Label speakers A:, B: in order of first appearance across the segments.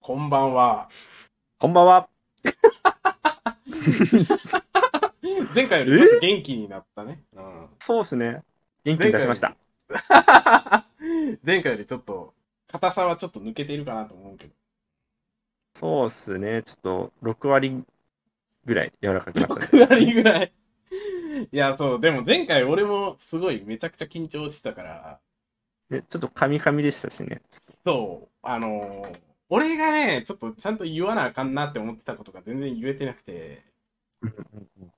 A: こんばんは。
B: こんば んは。
A: 前回よりちょっと元気になったね。うん。
B: そうですね。元気に出しました。
A: 前回よりちょっと、硬さはちょっと抜けているかなと思うけど。
B: そうですね。ちょっと、6割ぐらい柔らかくなったんで。
A: 6割ぐらい。いや、そう、でも前回俺もすごいめちゃくちゃ緊張してたから、
B: ねちょっとカミカミでしたしね。
A: そう、あのー俺がね、ちょっとちゃんと言わなあかんなって思ってたことが全然言えてなくて、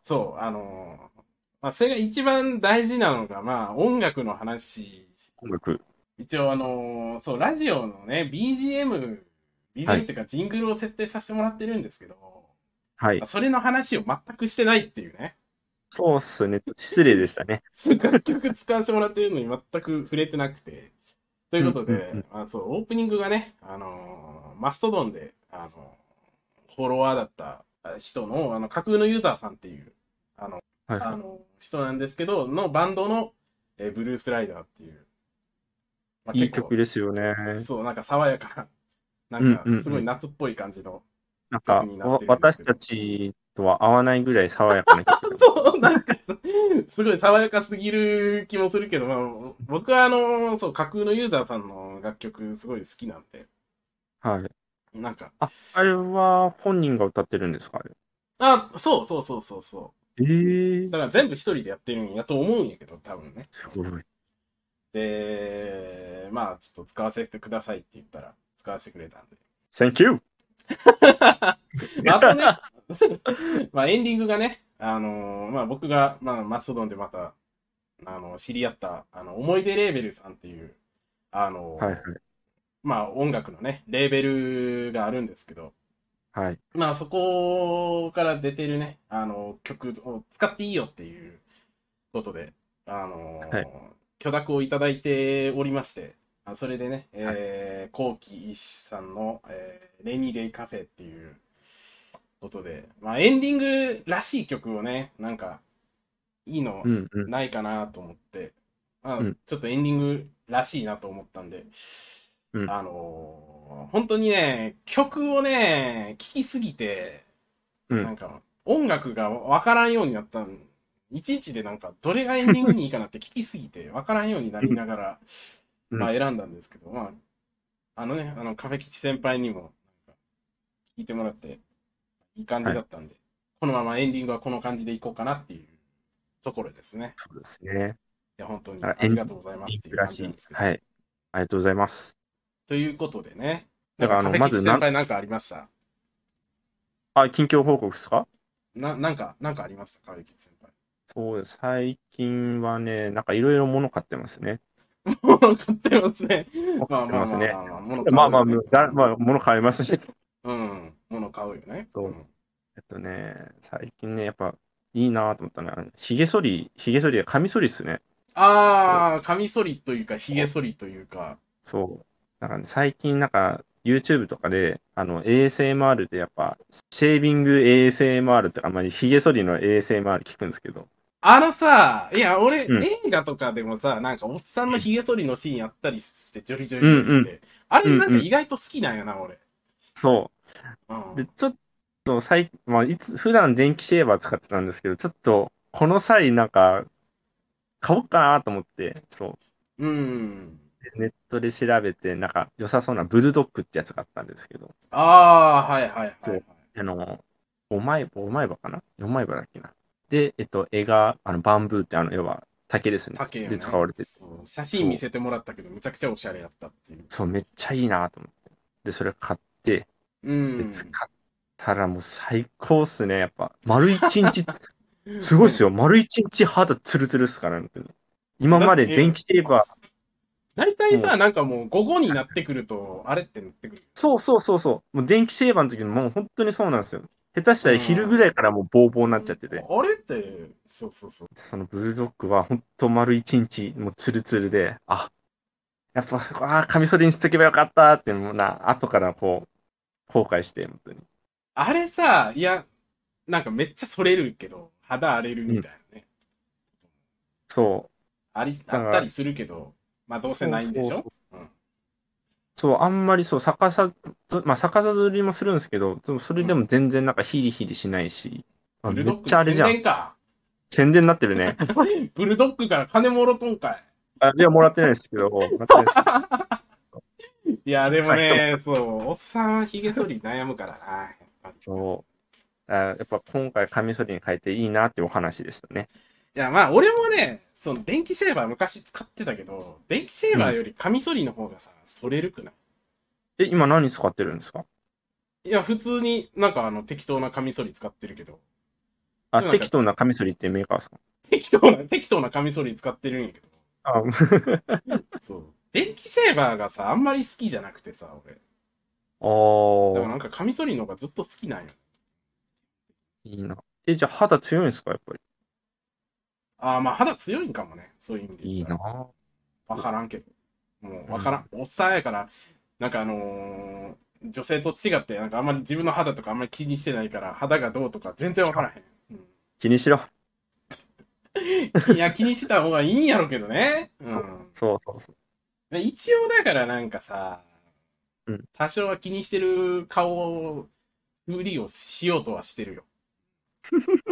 A: そう、あのーまあ、それが一番大事なのが、まあ、音楽の話
B: 音楽。
A: 一応あのーそう、ラジオのね、BGM、
B: はい
A: BGM っていうかジングルを設定させてもらってるんですけど、
B: はい。
A: それの話を全くしてないっていう ね、
B: そうですね。失礼でしたね。
A: 楽曲使わせてもらってるのに全く触れてなくて。ということで、
B: うんうんうん
A: まあ、そう、オープニングがね、あのーマストドンで、あのーフォロワーだった人の、あの、架空のユーザーさんっていう、
B: はい
A: あの、人なんですけど、のバンドの、えーブルースライダーっていう。まあ
B: いい曲ですよね。
A: そう、なんか爽やか な、なん
B: うんうんう
A: か
B: ん
A: すごい夏っぽい感じの。
B: なんか
A: 曲に、なっ
B: わ
A: てるんです
B: 私
A: けど。
B: たちとは合わないぐらい爽やかな 曲
A: そう、なんか、すごい爽やかすぎる気もするけど、まあ、僕はあの、そう、架空のユーザーさんの楽曲すごい好きなんで、
B: はい。
A: なんか、
B: あ、あれは本人が歌ってるんですかあれ。
A: あ、そうそうそうそうそ
B: ええ
A: う。だから全部一人でやってるんやと思うんやけど、多分ね。
B: すごい。
A: で、まあ、ちょっと使わせてくださいって言ったら、使わせてくれたんで。
B: Thank you!
A: またね、まあエンディングがね、あのーまあ僕が、まあマストドンでまた、あの、知り合った、あの、思い出レーベルさんっていう、あのー
B: はいはい。
A: まあ音楽のね、レーベルがあるんですけど、
B: はい。
A: まあそこから出てるね、あの、曲を使っていいよっていうことで、あのー
B: はい
A: 許諾をいただいておりまして、あそれでね、えー、後期一さんの、えーレニーデイカフェっていうことで、まあエンディングらしい曲をね、なんか、いいの
B: うんうん。
A: ないかなと思って、あ
B: うん
A: ちょっとエンディングらしいなと思ったんで、
B: うん
A: あのー本当にね、曲をね、聴きすぎて、
B: うん
A: なんか音楽がわからんようになったん、いちいちでなんかどれがエンディングにいいかなって聞きすぎてわからんようになりながら、
B: うん
A: まあ選んだんですけど、まあ、あのね、あのカフェ吉先輩にも、聞いてもらって、いい感じだったんで、このままエンディングはこの感じでいこうかなっていうところですね。
B: そうですね。
A: いや、本当に
B: あ
A: ありがとうございますっていう
B: ら
A: 感じ
B: し
A: なん
B: い
A: です。けど。
B: はい。ありがとうございます。
A: ということでね。
B: だからあの
A: なん
B: ま
A: カ
B: ず
A: フェ吉
B: な
A: 先輩なんかありました
B: あ、近況報告ですか
A: な、なんか、なんかありましたカフェ吉先輩。
B: そうです。最近はね、なんかいろいろ物買ってますね。
A: 物買ってますね。まあ
B: 買って
A: まあ
B: ますね
A: まあまあ、物買うよね
B: まあまあ、だまあ、物買いますね。
A: うん、物買うよね。
B: そうんえっとね、最近ね、やっぱいいなと思ったのは、あの髭剃り、髭剃りでカミソリっすね。
A: ああ、カミソリというか、ヒゲ剃りというか。
B: そう。なんかね、最近なんか YouTube とかで、あの ASMR でやっぱ、シェービング ASMR ってか、あんまり髭剃りの ASMR 聞くんですけど、
A: あのさ、いや、俺、
B: うん
A: 映画とかでもさ、なんか、おっさんのヒゲ剃りのシーンやったりして、ジョリジョリ
B: うんうん
A: って。あれ、なん
B: うん
A: か
B: うん
A: 意外と好きなんやな、俺。
B: そう。
A: うん
B: で、ちょっと最、まあ、いつ、普段電気シェーバー使ってたんですけど、ちょっと、この際、なんか、買おうかなと思って、そ
A: うん。
B: う、ネットで調べて、なんか、良さそうなブルドッグってやつがあったんですけど、
A: ああ、はいはいはい、
B: そ
A: は
B: う
A: い。
B: あの、5枚、5枚葉かな ?4 枚葉だっけな。で、えっと、絵が、あの、バンブーって、あの、要は、竹ですね。
A: 竹、ね、
B: で使われてて、
A: そう写真見せてもらったけど、むちゃくちゃおしゃれやったっていう。
B: そう、めっちゃいいなと思って。で、それ買って、
A: う
B: で、
A: ん。
B: 使ったらもう最高っすね、やっぱ。丸一日、すごいっすよ。丸一日肌ツルツルっすから、本当に。今まで電気シェーバー、
A: 大体さ、なんかもう午後になってくると、あれってなってくる。
B: そうそうそうそう。もう電気シェーバーの時にもう本当にそうなんですよ。下手したら昼ぐらいからもうボーボーになっちゃってて、
A: あれって、そうそうそう。
B: そのブルドッグは本当丸一日もうツルツルで、あ、やっぱ、ああ、カミソリにしとけばよかったって、もうな、後からこう、後悔して、本当に。
A: あれさ、いや、なんかめっちゃそれるけど、肌荒れるみたいなね。
B: そう。
A: あり、
B: から
A: あったりするけど、まあどうせないんでしょ
B: そう、あんまりそう、逆さ、まあ、逆さ取りもするんですけど、でもそれでも全然なんかヒリヒリしないし、あ
A: ブル
B: めっ
A: ドッグ
B: ちゃあ
A: の宣
B: れじゃん。
A: 伝か。
B: 宣伝になってるね。
A: ブルドッグから金もろとんかい。
B: あれはもらってないです けど、もらってないです
A: いや、でもね、そう、おっさんは髭剃り悩むからな、やっぱり。
B: そう。あやっぱ今回カミソリに変えていいなっていうお話でしたね。
A: いや、まあ、俺もね、その、電気シェーバー昔使ってたけど、電気シェーバーよりカミソリの方がさ、剃れるくない
B: え、今何使ってるんですか
A: いや、普通になんかあの、適当なカミソリ使ってるけど、
B: あ、
A: なんか
B: 適当なカミソリってメーカーですか
A: 適当な、適当なカミソリ使ってるんやけど、
B: あ、
A: そう。電気シェーバーがさ、あんまり好きじゃなくてさ、俺。でも
B: お
A: な
B: ー、
A: んかカミソリの方がずっと好きなんよ。
B: いいな。え、じゃあ肌強いんですかやっぱ
A: ああ、まあ、肌強いんかもね、そういう意味で
B: り。いい
A: 言ったら。
B: な。
A: わからんけど。もう、わからん。おっさんやから、なんかあのー女性と違って、なんかあんまり自分の肌とかあんまり気にしてないから、肌がどうとか全然わからへん。
B: 気にしろ。
A: うん、いや、気にした方がいいんやろうけどね。うん
B: そうそうそう。
A: で。一応だからなんかさ、
B: うん
A: 多少は気にしてる顔を、ふりをしようとはしてるよ。ふ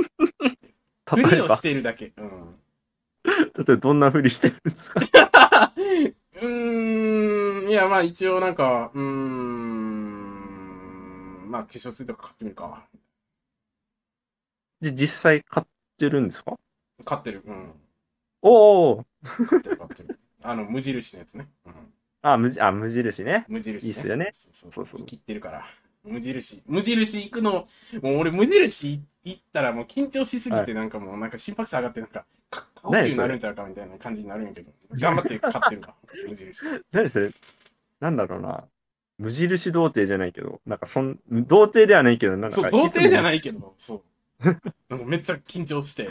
B: 例
A: り
B: え
A: を
B: ば、
A: してるだけ。うん。
B: 例えばどんなふりしてるんですか
A: うーん、いや、まあ一応なんか、うーん、まあ化粧水とか買ってみるか。
B: で、実際買ってるんですか
A: 買ってる。うん。
B: おーおー
A: 買ってる、買ってる。あの、無印のやつね。うん、
B: あ、無じあ無印ね。
A: 無印、
B: いいっすよね。
A: そうそう
B: そうそう
A: 生きってるから。無印。無印行くの、もう俺無印行ったらもう緊張しすぎ
B: は
A: てなんかもうなんか心拍数上がってなんか、か高
B: 何それ
A: 級になるんちゃうかみたいな感じになるんやけど。頑張って買って るわ。無印。
B: 何それなんだろうな。無印童貞じゃないけど、なんかそん、童貞ではないけど、なんか
A: そう、童貞じゃないいけど、 そう。なんかめっちゃ緊張して、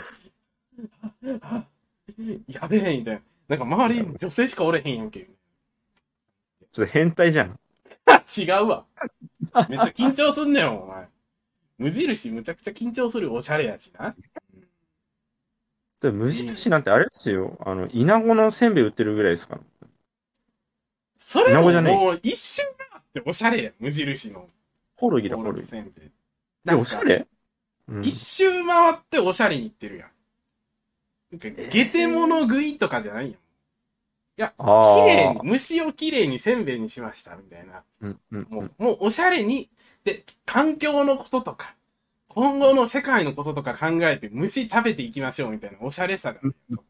A: あやべえ、みたいな。なんか周り女性しかおれへんやんけ。
B: つも。ちょっと変態じゃん。
A: 違うわ。めっちゃ緊張すんねん、お前。無印むちゃくちゃ緊張するおしゃれやしな。
B: で無印なんてあれですよ。あの、イナゴのせんべい売ってるぐらいですから。
A: それ
B: イナ
A: も
B: ゴじゃねえ
A: もう一瞬だっておしゃれやん、無印の。
B: コオロギだ、コ
A: コ
B: オ
A: オ
B: ロ
A: ロ
B: ギ
A: ギ。せんべい
B: え、おしゃれうん
A: 一周回っておしゃれに行ってるやん。なんか、下手物食いとかじゃないやん。綺
B: あ
A: 麗に
B: あ、。
A: 虫を綺麗にせんべいにしました、みたいな。
B: うんうんう
A: も
B: ん
A: う、もうおしゃれに、で、環境のこととか、今後の世界のこととか考えて虫食べていきましょうみたいなおしゃれさが、ね。そう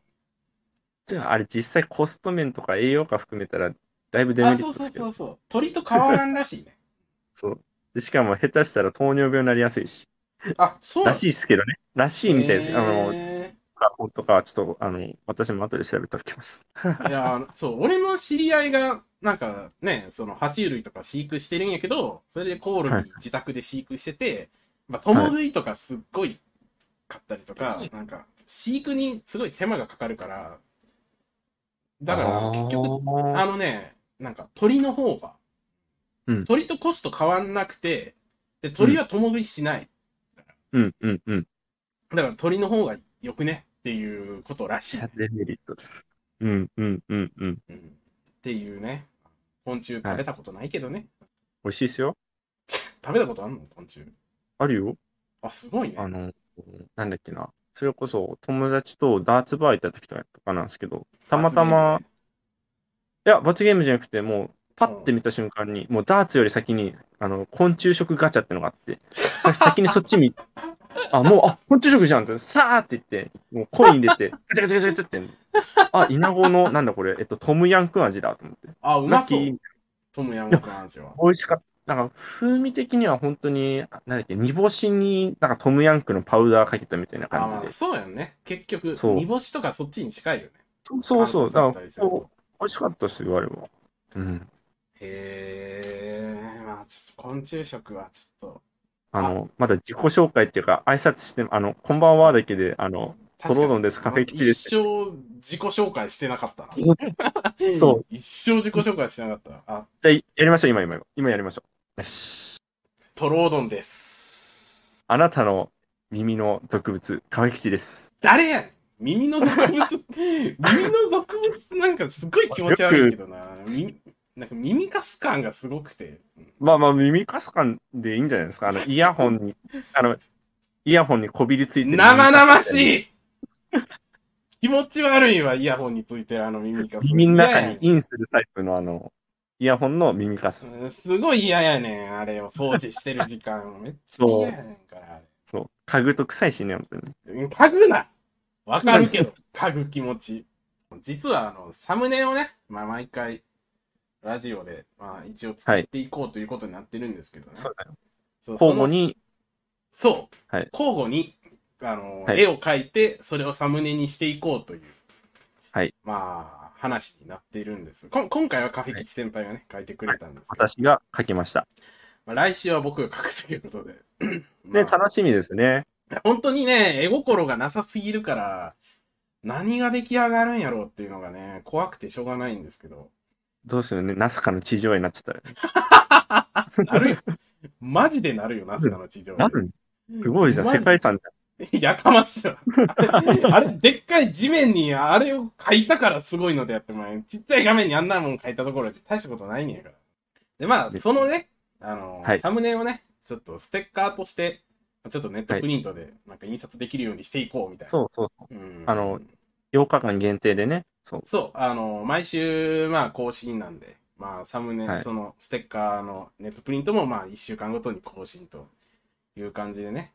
B: じゃあ、あれ実際コスト面とか栄養価含めたら、だいぶデメ
A: あ、
B: リッ
A: そ
B: ト
A: う
B: で
A: そう
B: すけ
A: そ
B: ど。
A: うそう。鳥と変わらんらし いね。
B: そう。でしかも下手したら糖尿病になりやすいし。
A: あ、そう
B: らしい
A: い。
B: ですけどね。らしいみたいです。あの、
A: へ
B: 本とか、ちょっと、あの、私も後で調べておきます。
A: ーいや、そう、俺の知り合いが、なんかね、その、爬虫類とか飼育してるんやけど、それでコオロ
B: はい
A: ギ自宅で飼育してて、まあ、トモ類とかすっごい買ったりとか、
B: はい
A: なんか、飼育にすごい手間がかかるから、だから、結局
B: 局
A: あのね、なんか鳥の方が、
B: うん
A: 鳥とコスト変わんなくて、で、鳥は共食いしない。
B: うんうんうん。
A: だから鳥の方がよくねっていうことらしい。
B: デメリットだ。うんうんうんうん。
A: うんっていうね。昆虫食べたことないけどね。
B: 美味しいですよ。
A: 食べたことあるの昆虫。
B: あるよ。
A: あ、すごいね。
B: あの、なんだっけな。それこそ、友達とダーツバー行った時とかなんですけど、たまたま、いや、罰ゲームじゃなくて、もう、パッて見た瞬間に、もうダーツより先に、あの、昆虫食ガチャってのがあって、さ先にそっち見、あ、もう、あ、昆虫食じゃんって、さーって言って、もうコイン入れて、ガチャガチャガチャガチャって、あ、イナゴの、なんだこれ、えっと、トムヤンクン味だと思って。
A: あ、うまそ
B: ラッキ
A: う
B: ー。
A: トムヤムクン味 は。
B: 美味しかった。なんか、風味的には本当に、あなんだっけ、煮干しに、なんかトムヤンクのパウダーかけたみたいな
A: あ、
B: 感
A: ま
B: じ
A: あ、
B: で。
A: そうやんね。結局、
B: そう
A: 煮干しとかそっちに近いよね。
B: そうそう、
A: 乾燥さ
B: だ
A: せ
B: か
A: た
B: ら
A: りすると
B: こう美味しかったですよ、あれは。うん。
A: へえ、まあちょっと昆虫食はちょっと、
B: あの、まだ自己紹介っていうか、挨拶して、あの、こんばんはだけで、あの、ト
A: 確か
B: ロ
A: に
B: ロンです、カフェ基地です。
A: 一生自己紹介してなかったな。
B: そう。
A: 一生自己紹介してなかった。あ、
B: じゃあ、やりましょう、今、今、今やりましょう。よし。
A: トロードンです。
B: あなたの耳の俗物、カフェ基地です。
A: 誰やねん 耳の俗物、耳の俗物なんかすごい気持ち悪いけどな。みなんか耳かす感がすごくて、うん
B: まあまあ、耳かす感でいいんじゃないですか。あの、イヤホンに、あの、イヤホンにこびりついてる
A: 生々
B: い
A: しい気持ち悪いわ、イヤホンについてるあの耳かす。
B: 耳の中に
A: 嫌
B: インするタイプのあの、イヤホンの耳かす。
A: やねんすごい嫌やねん、あれを掃除してる時間。 めっちゃ嫌やねんから。あれ
B: そう。家具と臭いしね、本当に。
A: 嗅ぐなわかるけど、 嗅ぐ気持ち。実は、あの、サムネをね、まあ、毎回、ラジオで、まあ、一応作っていこうということになってるんですけどね。
B: そうだよ。
A: そう
B: 交互。に、
A: そのそう。
B: はい
A: 交互に、あの、
B: はい
A: 絵を描いて、それをサムネにしていこうという、
B: はい。
A: まあ、話になっているんです。こん今回はカフェ吉先輩がね、描いてくれたんですけど、
B: 私が書きました。
A: まあ、来週は僕が描くということで。ま
B: で、
A: あ
B: 楽しみですね。
A: 本当にね、絵心がなさすぎるから、何が出来上がるんやろうっていうのがね、怖くてしょうがないんですけど。
B: どうするね、ナスカの地上絵になっちゃったら。
A: な るよ。マジでなるよ、ナスカの地上絵。
B: なるすごいじゃん、世界遺産じ
A: いやかましいわ。あれ、あれでっかい地面にあれを描いたからすごいのであっても、ちっちゃい画面にあんなもん描いたところで大したことないんやから。で、まあ、
B: です
A: そのね、あの、
B: はい
A: サムネをね、ちょっとステッカーとして、ちょっとネットプリントで、なんか印刷できるようにしていこうみた
B: ゃん。
A: いな。
B: そうそうそ
A: うん
B: あのう。8日間限定でね。そう。
A: そう、あの、毎週、まあ、更新なんで、まあ、サムネ、
B: はい
A: その、ステッカーのネットプリントも、まあ、1週間ごとに更新という感じでね、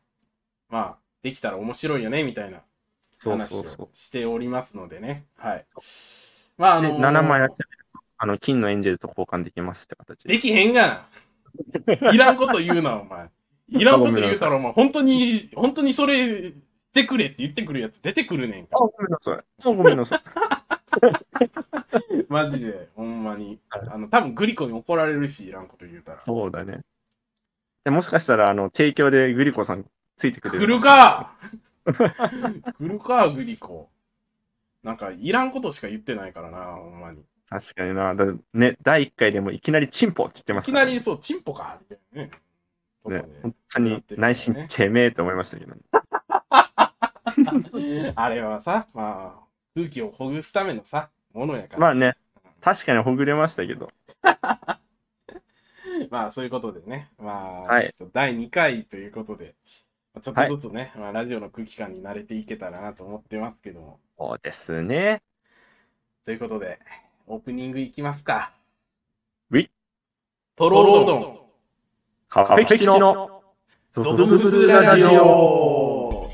A: まあ、できたら面白いよね、みたいな
B: そう
A: 話
B: そう
A: を
B: そ
A: しておりますのでね、はい。まあ、あ
B: う。で、
A: の
B: 7枚集めると、あの、金のエンジェルと交換できますって形で。
A: できへんがな。いらんこと言うな、お前。いらんこと言うたら、お 前、本当に、本当にそれ、してくれって言ってくるやつ出てくるねんか
B: あ、
A: ら。
B: ごめんなさい。あ、ごめんなさ い。
A: マジで、ほんまに
B: は。
A: あの、多分グリコに怒られるし、いらんこと言うたら。
B: そうだね。でもしかしたら、あの、提供でグリコさんついてくれる。
A: 来るか 来るか、グリコ。なんか、いらんことしか言ってないからな、ほんまに。い
B: 確かにな。だね、第1回でもいきなりチンポって言ってます
A: き
B: か
A: な
B: ら
A: り、そう、チンポかみたいなね。とか
B: ね
A: ね、
B: 本当に内心てめえと思いましたけど、ね、
A: あれはさ、まあ、空気をほぐすためのさ、ものやから。
B: まあね、確かにほぐれましたけど、
A: まあ、そういうことでね。まあ、
B: はい
A: ちょっと第2回ということで、ちょっとずつね、まあ、ラジオの空気感に慣れていけたらなと思ってますけども。
B: そうですね。
A: ということで、オープニングいきますか。
B: うい
A: とろろうどん。
B: カフェ吉のゾ
A: ゾ
B: ゾ
A: ブブ
B: ブブ
A: ズ
B: ズ
A: ラ
B: ラ
A: ジ
B: ジ
A: オ
B: オ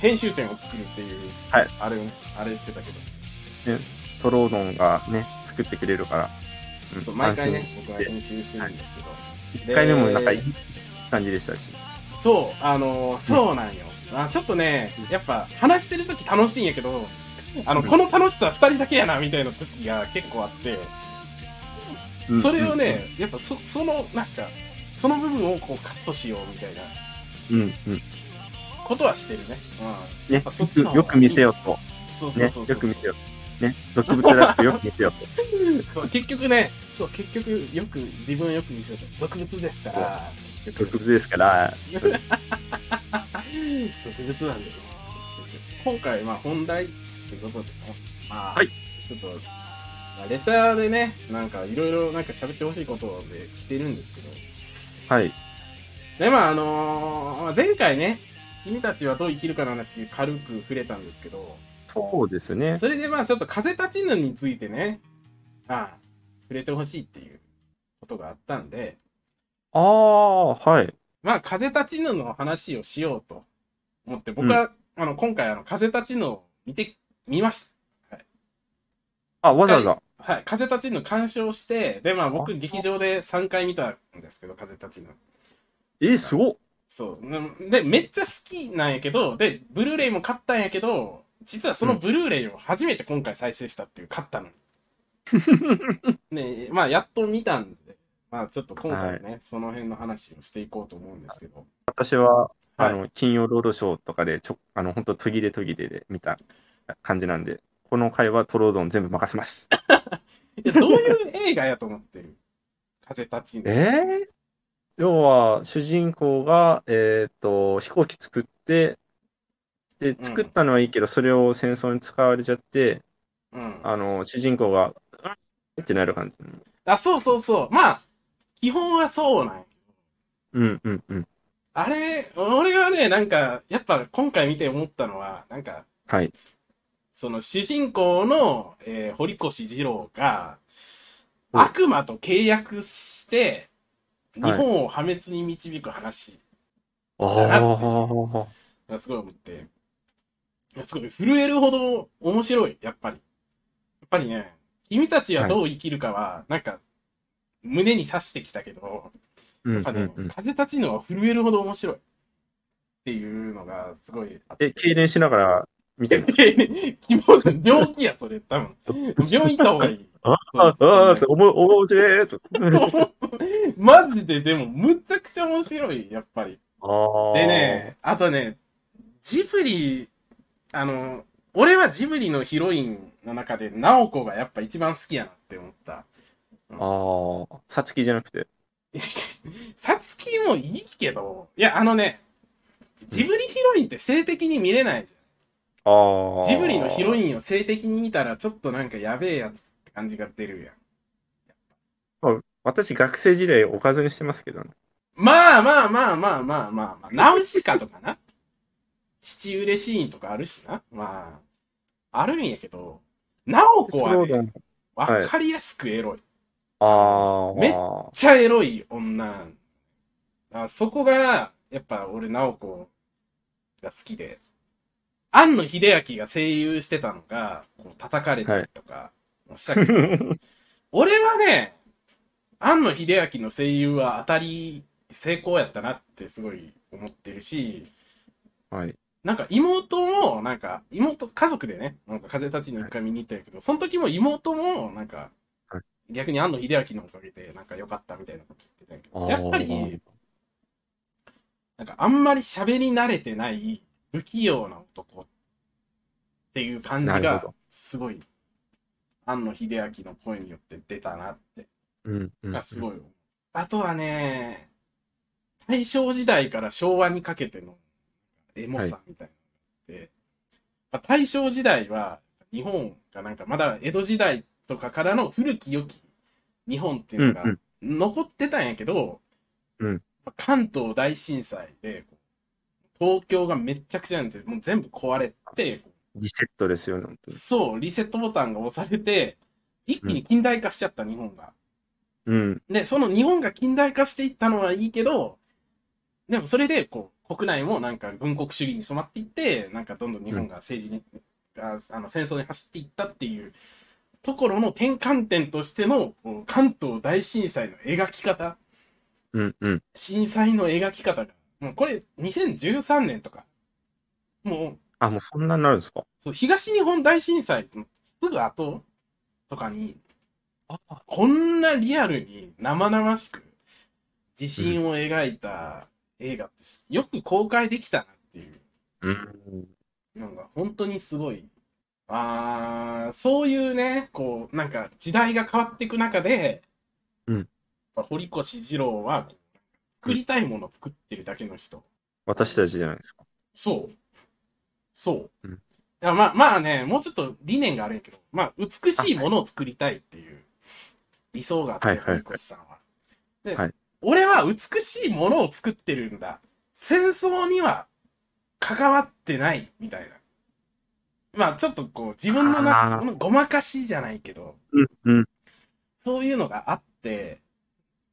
A: 編集点を作るっていう、
B: はい
A: あれをね、あれしてたけど、
B: トロードンがね、作ってくれるから、うん
A: そう毎回ね僕
B: 安、
A: は編集してるんですけど、
B: 心1回目もなんかいい感じでしたし、
A: そう、あのーそうなんよ。あちょっとね、やっぱ話してるとき楽しいんやけど、あの、
B: うん
A: この楽しさ二人だけやな、みたいな時が結構あって、
B: うん
A: それを、ね、やっぱそ、その、なんか、その部分をこうカットしようみたいな
B: うんうん、
A: ことはしてるね。うん。やっ
B: ね
A: ぱそっちの方がいい
B: よく見せようと、
A: そうそう
B: ね
A: そう、そう。
B: よく見せようと、ね、毒物らしくよく見せよう
A: そ
B: と、
A: う、結局ね、そう、結局、よく、自分をよく見せると、毒物ですから、結
B: 毒
A: 局
B: 物ですから、
A: 毒物なんですよ。今回、まあ、本題ってことでね、まあ、
B: はい
A: ちょっと、まあレターでね、なんか、いろいろなんか喋ってほしいことで来てるんですけど、
B: はい、
A: で、まあ、あのーまあ前回ね、君たちはどう生きるかの話、軽く触れたんですけど、
B: そうですね、
A: それでまあ、ちょっと風立ちぬについてね、ああ、触れてほしいっていうことがあったんで、
B: ああ、はい、
A: まあ、風立ちぬの話をしようと思って、僕は、あの、今回、あの、風立ちぬを見て、見まし
B: あ、わざわざ。
A: た。はい。風立ちぬ鑑賞して、で、まあ僕、
B: あ
A: 劇場で3回見たんですけど、風立ちぬ。
B: えー、すごっ。
A: そう。なで、めっちゃ好きなんやけど、で、ブルーレイも買ったんやけど、実はそのブルーレイを初めて今回再生したっていう、買ったの に。ねえまあ、やっと見たんで、まあ、ちょっと今回ね、その辺の話をしていこうと思うんですけど。
B: 私は、
A: はい
B: あの、金曜ロードショーとかで、ちょ、あの、本当途切れ途切れで見た感じなんで、この回はトロードン全部任せます。
A: いや、どういう映画やと思ってる 風立ちぬ。
B: えー要は、主人公が、えーっと、飛行機作って、で、
A: うん
B: 作ったのはいいけど、それを戦争に使われちゃって、
A: うん。
B: あの、主人公が、うんってなる感じ。
A: あ、そうそうそう。まあ、基本はそうなんや
B: うんうんうん。
A: あれ、俺はね、なんか、やっぱ今回見て思ったのは、なんか、
B: はい。
A: その主人公の、えー堀越二郎が、
B: うん
A: 悪魔と契約して、日
B: はい
A: 本を破滅に導く話
B: あ
A: だなって
B: あ。
A: がすごい思って、いやすごい震えるほど面白い、やっぱり。やっぱりね、君たちはどう生きるかは、なんか、胸に刺してきたけど、
B: うん
A: やっぱね、
B: うんうん。
A: 風立ちぬは震えるほど面白い。っていうのが、すごいあって。
B: え、痙攣しながら見て る
A: 病気や、それ、多分。病院行った方がいい。
B: ああ、ああ、おも、おもしれー と。
A: マジで、でも、むちゃくちゃ面白い、やっぱり。
B: ああ。
A: でね、あとね、ジブリ、あの、俺はジブリのヒロインの中で、ナオコがやっぱ一番好きやなって思った。
B: ああ、さつきじゃなくて。
A: サツキもいいけど、いや、あのね、ジブリヒロインって性的に見れないじ
B: あ
A: ゃ
B: あ。
A: ん。ジブリのヒロ
B: ン。
A: インを性的に見たら、ちょっとなんかやべえやつって感じが出るやん。
B: 私、学生時代おかずにしてますけどね。
A: まあまあまあまあまあまあ、まあ、ナウシカとかな。父嬉しいとかあるしな。まあ、あるんやけど、ナオコはね、わ
B: はい
A: かりやすくエロい。めっ
B: ああ。
A: めちゃエロい女。あそこが、やっぱ俺ナオコが好きで、庵野秀明が声優してたのが、こう叩かれたりとか、したけど、 俺はね、庵野秀明の声優は当たり成功やったなってすごい思ってるし、
B: はい。
A: なんか妹も、なんか、妹、家族でね、なんか風立ちに一回見に行ったんやけど、その時も妹も、なんか
B: は、
A: 逆に庵野秀明のおかげで、なんか良かったみたいなこと言ってたんやけど、やっぱり、、なんかあんまり喋り慣れてない不器用な男っていう感じ
B: なる
A: が
B: ほど、
A: すごい、庵野秀明の声によって出たなって
B: うん、うん。、
A: がすごいよ。あとはね、大正時代から昭和にかけてのエモさみたいなのがあって、まあ大正時代は日本がなんかまだ江戸時代とかからの古き良き日本っていううんの
B: う
A: が
B: ん。
A: 残ってたんやけど、
B: うん
A: 関東大震災で、こう東京がめっちゃくちゃなんて、もう全部壊れて、
B: リセットですよ、本当に
A: そう、リセットボタンが押されて、一気に近代化しちゃった日本が。
B: うん。
A: で、その日本が近代化していったのはいいけど、でもそれで、こう、国内もなんか軍国主義に染まっていって、なんかどんどん日本が政治に、ああの、戦争に走っていったっていうところの転換点としての、こう関東大震災の描き方、
B: うん、うん。
A: 震災の描き方が、もうこれ2013年とか、もう、
B: あ、もうそんなになるんですか
A: そう東日本大震災のすぐ後とかに、
B: ああ。
A: こんなリアルに生々しく自信を描いた映画ってすよく公開できたなっていう
B: うん。
A: のが本当にすごい。あー、そういうね、こう、なんか時代が変わっていく中で、
B: うん
A: やっぱ堀越二郎は作りたいものを作ってるだけの人。
B: 私たちじゃないですか。
A: そう。そう。
B: うん
A: いやまあまあね、もうちょっと理念があるんやけど、まあ美しいものを作りたいっていう理想があ
B: は
A: っ
B: い
A: て、
B: はいはい
A: 堀越さんは。で、
B: はい
A: 俺は美しいものを作ってるんだ。戦争には関わってないみたいな。まあちょっとこう自分の
B: あ
A: 中
B: ー
A: のごまかしじゃないけど、
B: うん、うん。
A: そういうのがあって、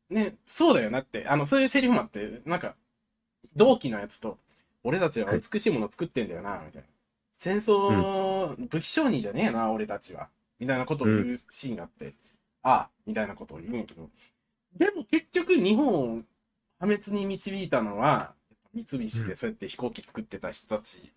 A: ね、そうだよなって、あの、そういうセリフもあって、なんか、同期のやつと、俺たちは美しいものを作ってんだよな、みたいな。戦争、武器商人じゃねえな、俺たちは。みたいなことを言うシーンがあって、ああ、みたいなことを言うんやけど。でも結局、日本を破滅に導いたのは、三菱
B: う
A: で
B: ん
A: そうやって飛行機作ってた人たち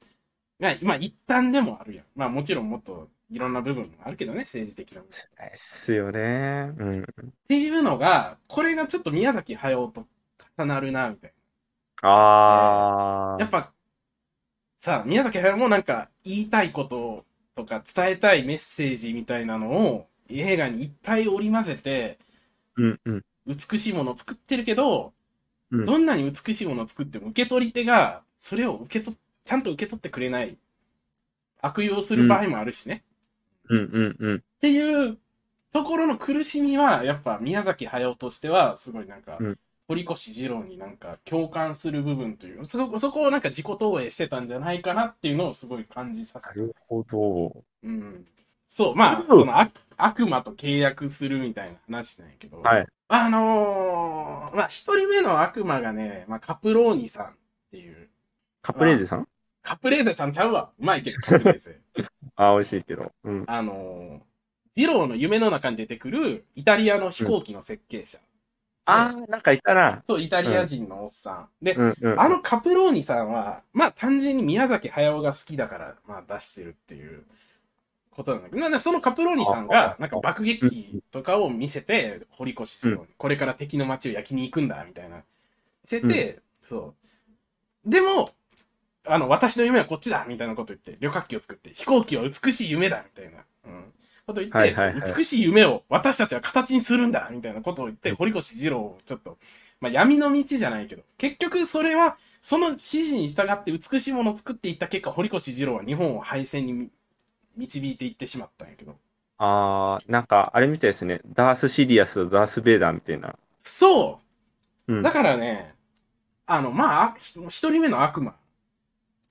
A: が、今、一旦でもあるやん。まあもちろんもっといろんな部分もあるけどね、政治的なもの。
B: ですよね。うん。
A: っていうのが、これがちょっと宮崎駿と重なるな、みたいな。
B: あー
A: やっぱ、さあ、宮崎駿もなんか言いたいこととか伝えたいメッセージみたいなのを映画にいっぱい織り交ぜて、
B: うんうん。
A: 美しいものを作ってるけど、
B: うん
A: どんなに美しいものを作っても受け取り手が、それを受け取っ、ちゃんと受け取ってくれない。悪用する場合もあるしね。
B: うんうんうん。
A: っていうところの苦しみは、やっぱ宮崎駿としては、すごいなんか、
B: うん
A: 堀越二郎になんか共感する部分という、すごくそこをなんか自己投影してたんじゃないかなっていうのをすごい感じさせ
B: な
A: る。
B: るほど。
A: うん。そう、まあ、
B: うん
A: その悪悪魔と契約するみたいな話なんやけど、
B: はい。
A: あのーまあ一人目の悪魔がね、まあカプローニさんっていう、
B: カプレーゼさん
A: カプレーゼさんちゃうわ。うまいけど、カプレーゼ。
B: あー、美味しいけど。うん。
A: あのー、ジローの夢の中に出てくるイタリアの飛行機の設計者。
B: あー、なんかいたな。
A: そう、イタリア人のおっさん。で、
B: うんうん。
A: あのカプローニさんは、まあ単純に宮崎駿が好きだから、まあ出してるっていうことなんだけど、まあそのカプローニさんが、なんか爆撃機とかを見せて、堀越氏
B: う
A: に、これから敵の街を焼きに行くんだ、みたいな。見せて、そう。でも、あの、私の夢はこっちだみたいなこと言って、旅客機を作って、飛行機は美しい夢だみたいな、うん、こと言って、
B: はいはいはい
A: 美しい夢を私たちは形にするんだみたいなことを言って、堀越二郎をちょっと、まあ、闇の道じゃないけど、結局それは、その指示に従って美しいものを作っていった結果、堀越二郎は日本を敗戦に導いていってしまったんやけど。
B: あー、なんかあれみたいですね。ダース・シディアスとダース・ベイダーみたいな。
A: そう
B: うん
A: だ。からね、あの、まああ、ひ一人目の悪魔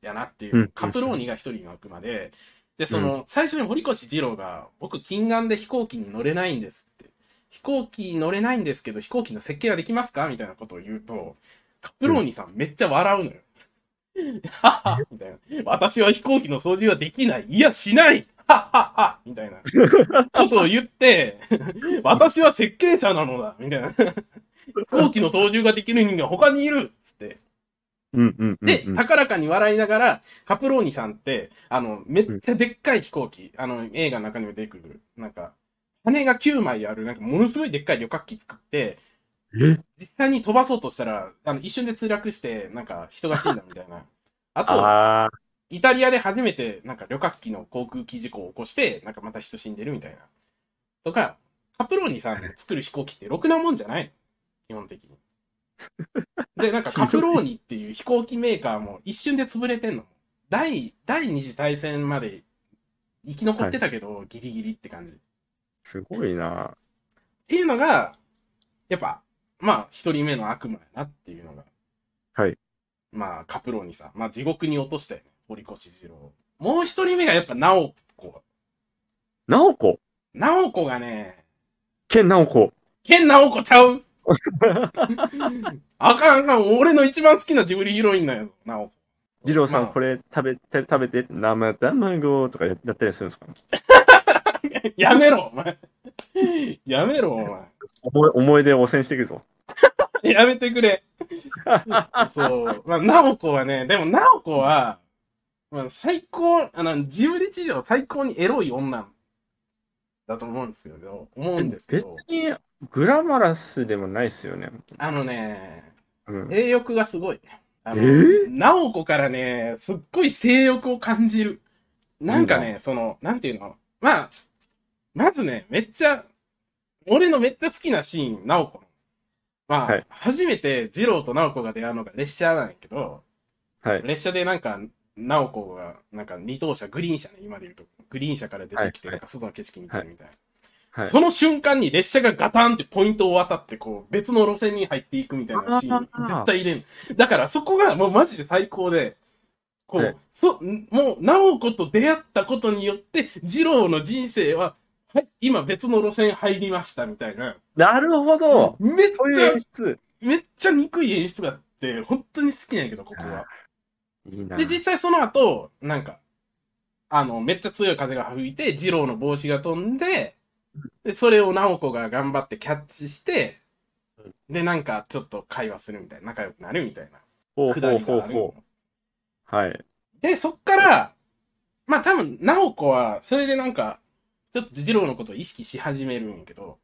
A: やなっていう、
B: うん
A: カプローニが一人の悪魔で、で、その、最初に堀越二郎が、僕、近眼で飛行機に乗れないんですって。飛行機乗れないんですけど、飛行機の設計はできますかみたいなことを言うと、カプローニさんめっちゃ笑うのよ。 はっはみたいな。私は飛行機の操縦はできない。いや、しないはっはっはみたいなことを言って、私は設計者なのだみたいな。 飛行機の操縦ができる人が他にいるつって。
B: うんうんうん
A: で
B: う、ん。
A: 高らかに笑いながら、カプローニさんって、あの、めっちゃでっかい飛行機、あの、映画の中にも出てくる、なんか、羽が9枚ある、なんか、ものすごいでっかい旅客機作って、
B: え
A: 実際に飛ばそうとしたら、あの、一瞬で墜落して、なんか、人が死んだみたい な。あと、
B: あ
A: イタリアで初めて、なんか旅客機の航空機事故を起こして、なんかまた人死んでるみたいな。とか、カプローニさんの作る飛行機ってろくなもんじゃない基本的に。で、なんかカプローニっていう飛行機メーカーも一瞬で潰れてんの。第、第二次大戦まで生き残ってたけど、ギリギリって感じ。っ
B: ー、すごいな。
A: ていうのが、やっぱ、まあ、一人目の悪魔やなっていうのが。
B: はい。
A: まあ、カプローニさん。まあ、地獄に落としたよね。堀越二郎を。もう一人目がやっぱ、ナオコ。
B: ナオコ
A: ナオコがね、
B: ケンナオコ。
A: ケンナオコちゃ うあかんあかん、俺の一番好きなジブリヒロインなんやぞ、ナオコ。
B: ジローさ
A: ま
B: ん、
A: あ
B: これ食べて、食べて、生卵とかややったりするんですか
A: やめろ、お前。やめろ、お前。
B: 思い思い出を汚染していくぞ。
A: やめてくれ。そう。まあ、ナオコはね、でもナオコは、まあ、最高、あの、ジブリ地上最高にエロい女だと思うんですけど、思うんですけ
B: 別
A: ど、
B: にグラマラスでもないですよね。
A: あのね、
B: うん、
A: 性欲がすごい。あの、
B: えー
A: ナオコからね、すっごい性欲を感じる。なんか
B: いい
A: ね、その、なんていうのまあ、まずね、めっちゃ、俺のめっちゃ好きなシーン、ナオコの。まあ、
B: はい
A: 初めてジローとナオコが出会うのが列車なんやけど、
B: はい。
A: 列車でなんか、ナオコが、なんか二等車、グリーン車ね、今で言うと、グリーン車から出てきて、
B: はい
A: なんか外の景色見てるみたいな。
B: はい。
A: その瞬間に列車がガタンってポイントを渡って、こう、別の路線に入っていくみたいなシーン
B: あ、ー
A: 絶対入れん。だからそこがもうマジで最高で、こ、
B: はいう
A: そ、んもう、ナオコと出会ったことによって、ジローの人生は、はい、今別の路線入りましたみたいな。
B: なるほど。
A: めっ
B: そう
A: ち
B: い
A: ゃ
B: う演、出。
A: めっちゃ憎い演出があって、本当に好きなんやけど、ここは。
B: いいな。
A: で、実際その後、なんか、あの、めっちゃ強い風が吹いて、二郎の帽子が飛んで、で、それを直子が頑張ってキャッチして、で、なんかちょっと会話するみたいな、仲良くなるみたいな、
B: ほう
A: くだ
B: ほう
A: りが
B: ほう
A: ある
B: ほう。はい。
A: で、そっから、まあ多分、直子は、それでなんか、ちょっと二郎のことを意識し始めるんやけど、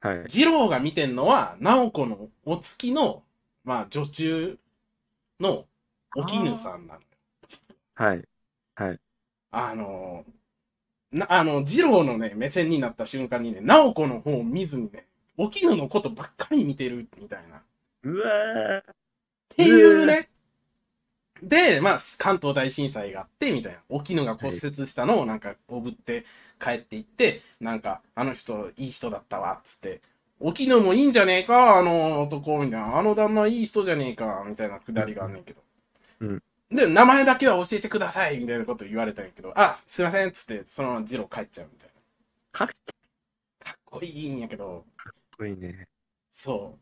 B: はい。
A: 二郎が見てんのは、直子のお月の、まあ、女中のお絹さんなのよ。
B: はい。
A: あのー、な、あの、二郎のね、目線になった瞬間にね、直子の方を見ずにね、お絹のことばっかり見てるみたいな。っ
B: うわー
A: ていうね。で、まあ、関東大震災があって、みたいな。お絹が骨折したのをなんか、おぶって帰っていって、なんか、あの人、いい人だったわ、つって。お絹もいいんじゃねえか、あの男、みたいな。あの旦那いい人じゃねえか、みたいなくだりがあんねんけど。
B: うん
A: で、名前だけは教えてください、みたいなこと言われたんやけど、あ、すいません、つって、そのままジロー帰っちゃうみたい
B: かっ
A: な。かっこいいんやけど、
B: こいいね。
A: そう。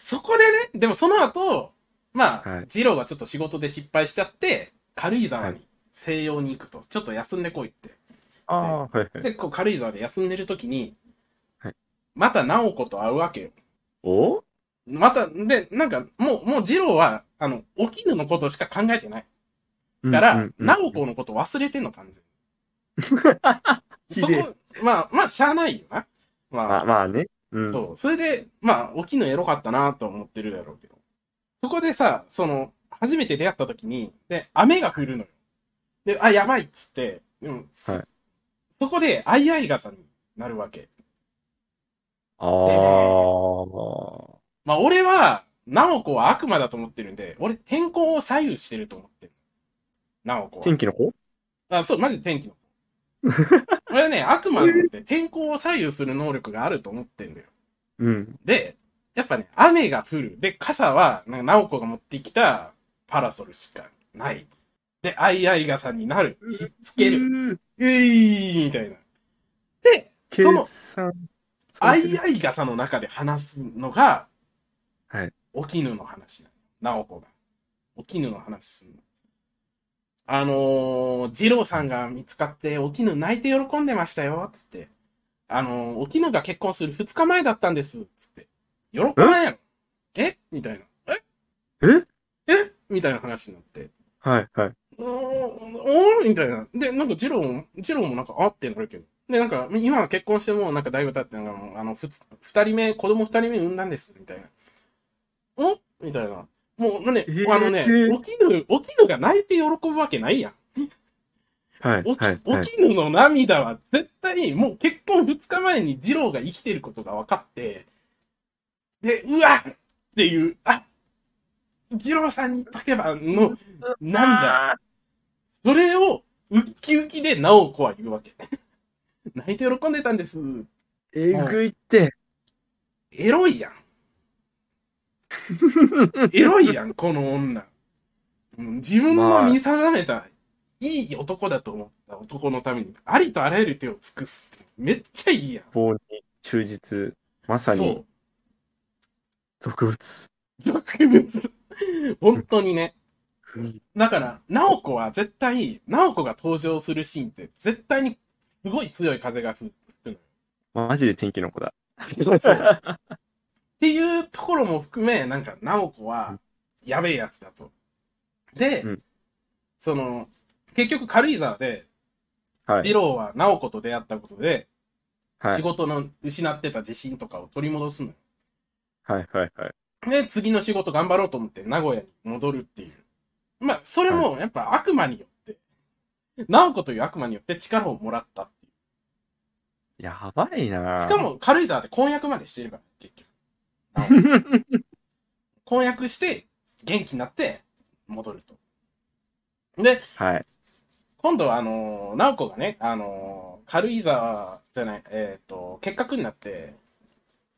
A: そこでね、でもその後、まあ、
B: はい
A: ジローがちょっと仕事で失敗しちゃって、軽井沢
B: は
A: に、西洋に行くと、ちょっと休んでこいって。
B: ああ、はいはい。
A: で、こう軽井沢で休んでる時に、
B: はい
A: また直子と会うわけよ。
B: お
A: また、で、なんか、もう、もうジローは、あの、お絹のことしか考えてない。だから、直子のこと忘れてんの、完全
B: ひで
A: に。そこ、まあ、まあ、しゃあないよな。まあ、
B: まあまあね。うん。
A: そう。それで、まあ、お絹エロかったなと思ってるだろうけど。そこでさ、その、初めて出会った時に、で、雨が降るのよ。で、あ、やばいっつって、でも、そ
B: はい
A: そこで、あいあい傘になるわけ。
B: ああ。
A: まあ、俺は、直子は悪魔だと思ってるんで、俺、天候を左右してると思ってる。直子は。
B: 天気の子
A: あ、そう、マジで天気の。俺はね、悪魔なんて天候を左右する能力があると思ってるんだよ。
B: うん。
A: で、やっぱね、雨が降る。で、傘は、なんか、直子が持ってきたパラソルしかない。で、あいあい傘になる。ひっつける。
B: る。
A: ういーみたいな。で、
B: 計
A: その
B: 算。
A: あいあい傘の中で話すのが、
B: はい。
A: お絹の話なの。直子が。お絹の話するの。あのー、二郎さんが見つかって、お絹泣いて喜んでましたよ、つって。あのー、お絹が結婚する2日前だったんです、つって。喜ばんやろ。えみたいな。え
B: え
A: えみたいな話になって。
B: はいはい。
A: おーおーみたいな。で、なんか、ジローも、ジローもなんか、あってなるけど。で、なんか、今は結婚してもう、なんか、だいぶ経って、なんかもう、あの、ふつ、二人目、子供二人目産んだんです、みたいな。おみたいな。もう、ね、
B: えー
A: あのね、お絹、お絹が泣いて喜ぶわけないやん。
B: はい
A: おき
B: はい
A: お
B: はい。
A: 絹の涙は、絶対に、もう結婚二日前にジローが生きてることが分かって、で、うわっっていう、あジローさんに炊けば、の、涙。
B: あ
A: それを、ウッキウキで直子は言うわけ。 泣いて喜んでたんです。
B: ーえぐいって。
A: エロいやん。エロいやん、この女。うん自分を見定めた、いい男だと思った男のために、ありとあらゆる手を尽くすって。めっちゃいいやん。
B: 棒に忠実。まさ
A: そ
B: に
A: う。
B: 俗物。
A: 俗物。 本当にね。だから、直子は絶対、直子が登場するシーンって、絶対にすごい強い風が吹くのよ。
B: マジで天気の子だ。
A: そうっていうところも含め、なんか、直子は、やべえやつだと。で、
B: うん
A: その、結局、軽井沢で、
B: は い
A: 二。郎は直子と出会ったことで、
B: は
A: 仕
B: い
A: 事の失ってた自信とかを取り戻すのよ。
B: はいはいはい。
A: で、次の仕事頑張ろうと思って、名古屋に戻るっていう。まあ、それも、やっぱ悪魔によって、直子という悪魔によって力をもらったってい。
B: やばいう
A: し
B: な。
A: か。も、軽井沢で婚約までしてるから、結局。 婚約して、元気になって、戻ると。で、
B: はい。
A: 今度は、あのー、直子がね、あのー、軽井沢じゃない、えっ、と、結核になって、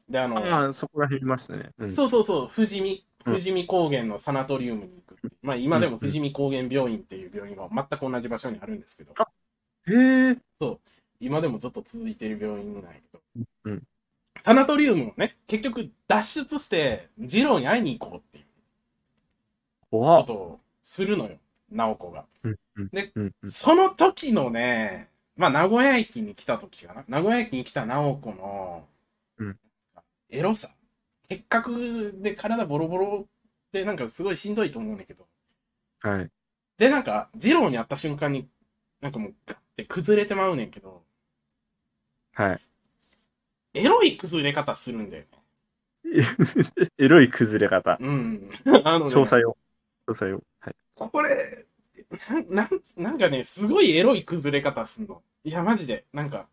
A: で、あのー
B: ああ、そこら辺いましたね。うん。
A: そうそうそう、富士見、
B: うん
A: 富士見高原のサナトリウムに行くって。まあ、今でも富士見高原病院っていう病院が全く同じ場所にあるんですけど、
B: へえ。
A: 今でもずっと続いてる病院なんやけど、
B: うん
A: サナトリウムをね、結局脱出して、二郎に会いに行こうっていう
B: 怖
A: こ
B: っ
A: とをするのよ。直子が。
B: うんうん
A: で
B: うんうん
A: その時のね、まあ、名古屋駅に来た時かな。名古屋駅に来た直子の
B: うん、
A: エロさ。せっかくで体ボロボロで、なんかすごいしんどいと思うんだけど。
B: はい。
A: で、なんか、二郎に会った瞬間に、なんかもう、ガッて崩れてまうねんけど、
B: はい。
A: エロい崩れ方するんだよね。
B: エロい崩れ方。
A: うん。 あのね
B: 詳細を。詳細を。はい。
A: これ、な、なん、なんかね、すごいエロい崩れ方すんの。いや、マジで、なんか、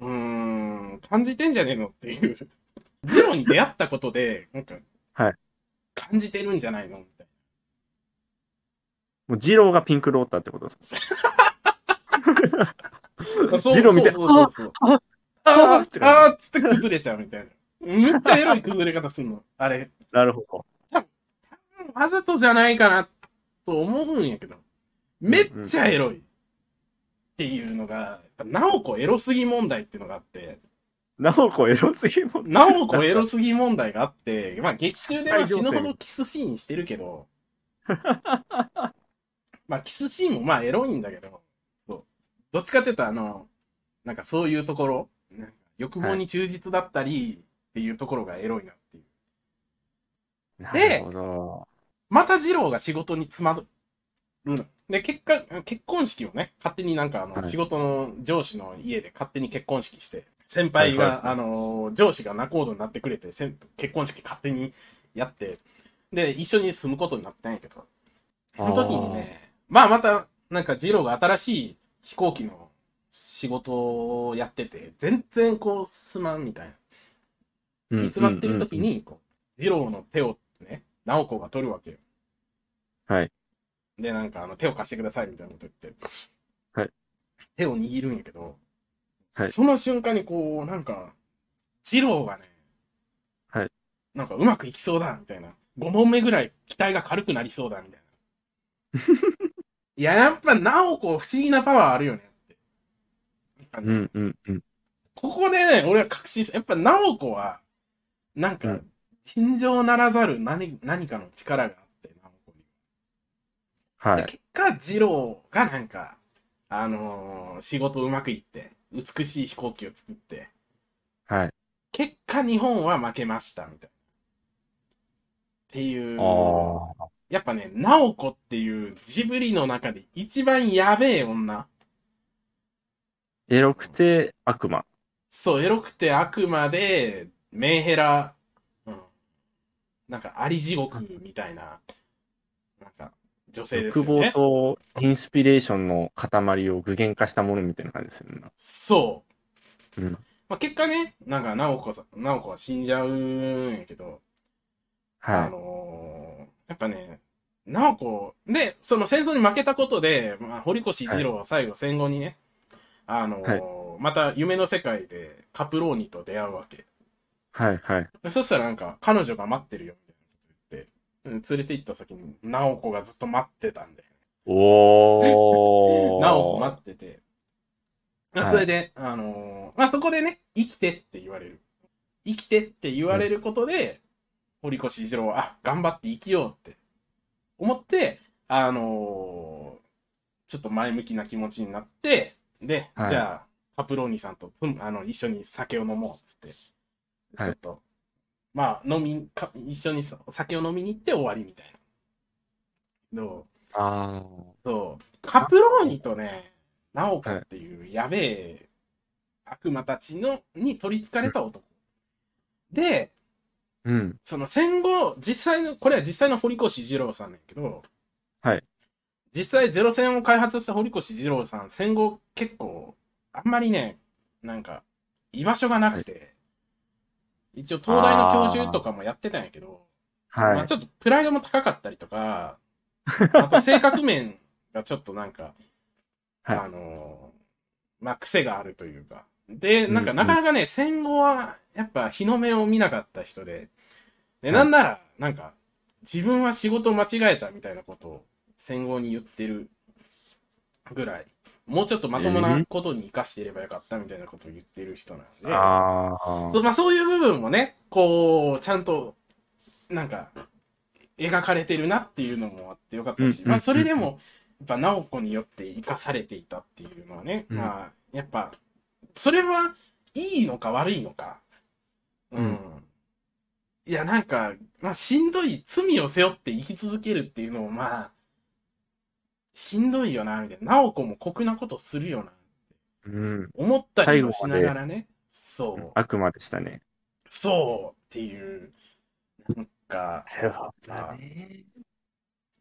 A: うーん、感じてんじゃねえのっていう。 ジロに出会ったことで、なんか、
B: はい。
A: 感じてるんじゃ ないのみたい
B: もう、ジローがピンクローターってことです
A: な。
B: か。
A: そう
B: ジロー見て、
A: そうそうそうそう
B: あ
A: あー
B: あ
A: あーっつって崩れちゃうみたいな。めっちゃエロい崩れ方すんの。あれ、
B: なるほど。
A: わざとじゃないかなと思うんやけど、めっちゃエロい。っていうのが、なおこエロすぎ問題っていうのがあって、
B: なおこエロすぎもん。
A: なおこエロすぎ問題があって、まあ劇中では死ぬほどキスシーンしてるけど、まあキスシーンもまあエロいんだけど、そうどっちかっていうとあの、なんかそういうところ、なんか欲望に忠実だったりっていうところがエロいなっていう。
B: なるほど。
A: また二郎が仕事に詰まるの。で、結果、結婚式をね、勝手になんかあの、
B: はい
A: 仕事の上司の家で勝手に結婚式して、先輩が、
B: はいはいはい
A: あのー、上司が仲人になってくれて、せん結婚式勝手にやって、で、一緒に住むことになったんやけど、その時にね、まあまた、なんか二郎が新しい飛行機の仕事をやってて、全然こう、すまんみたいな。
B: うん、
A: 煮詰まってる時
B: うん。
A: に、こう、二郎の手をね、直子が取るわけよ。
B: はい。
A: で、なんか、あの、手を貸してくださいみたいなこと言って。
B: はい。
A: 手を握るんやけど、
B: はい
A: その瞬間にこう、なんか、二郎がね、
B: はい。
A: なんか、うまくいきそうだ、みたいな。5問目ぐらい期待が軽くなりそうだ、みたいな。 いや、やっぱ、直子不思議なパワーあるよねって。やっぱね
B: うんうんうん。
A: ここでね、俺は確信した。やっぱ、直子は、なん
B: う
A: か
B: ん、
A: 尋常ならざる何何かの力があって、直子に。
B: は
A: で
B: い。
A: 結果、二郎がなんか、あのー仕事うまくいって、美しい飛行機を作って、
B: はい。
A: 結果日本は負けました、みたいな。っていう
B: あ、あ。
A: やっぱね、直子っていうジブリの中で一番やべえ女。
B: エロくて悪魔。
A: そう、エロくて悪魔で、メンヘラ、うん、なんか、あり地獄みたいな、なんか、女性ですよ
B: 欲
A: ね。
B: 望とインスピレーションの塊を具現化したものみたいな感じですよね。
A: そう。
B: うん。
A: まあ、結果ね、なんか、直子さん、直子は死んじゃうんやけど、あ
B: は
A: のーやっぱね、直子、で、その戦争に負けたことで、まあ、堀越二郎は最後戦後にね、あのーまた夢の世界でカプローニと出会うわけ。
B: い。はい はい。
A: でそしたらなんか、彼女が待ってるよ、みたいなこと言って、うん連れて行った先に、直子がずっと待ってたんで、
B: おー。
A: 直子待ってて、まあ
B: はい
A: それで、あのーまあ、そこでね、生きてって言われる。生きてって言われることで、堀越二郎は、あ、頑張って生きようって思って、あのーちょっと前向きな気持ちになって、で、
B: はい
A: じゃあ、パプローニさんと、うんあの、一緒に酒を飲もうっつって、
B: はい
A: ちょっと、まあ、飲み、か一緒にさ酒を飲みに行って終わりみたいな。どう
B: あ
A: そう。カプローニとね、ナオコっていうやべえ悪魔たちのに取り憑かれた男。で、
B: ー。うん。
A: その戦後、実際の、これは実際の堀越二郎さんだけど、
B: はい。
A: 実際ゼロ戦を開発した堀越二郎さん、戦後結構、あんまりね、なんか、居場所がなくて、一応東大の教授とかもやってたんやけど、ま
B: は
A: あ
B: い。
A: ちょっとプライドも高かったりとか、 あと性格面がちょっとなんか、
B: はい
A: あのーまあ癖があるというか。で、なんか
B: うん
A: なかなかね、戦後はやっぱ日の目を見なかった人で、で、
B: い
A: なんなら、なんか自分は仕事を間違えたみたいなことを戦後に言ってるぐらい、もうちょっとまともなことに活かしていればよかったみたいなことを言ってる人なんで。
B: ああ。
A: そうまあ、そういう部分もね、こう、ちゃんと、なんか、描かれてるなっていうのもあってよかった
B: うんうん
A: し、
B: うん
A: まあ、それでも、やっぱ、直子によって生かされていたっていうのはね、
B: うん
A: まあ、やっぱ、それは、いいのか悪いのか。うん。
B: うん
A: いや、なんか、まあ、しんどい、罪を背負って生き続けるっていうのも、まあ、しんどいよな、みたいな。直子も酷なことするよな。
B: うん。
A: 思ったりもしながらね。そう。
B: 悪魔でしたね。
A: そうっていう、なんか、だ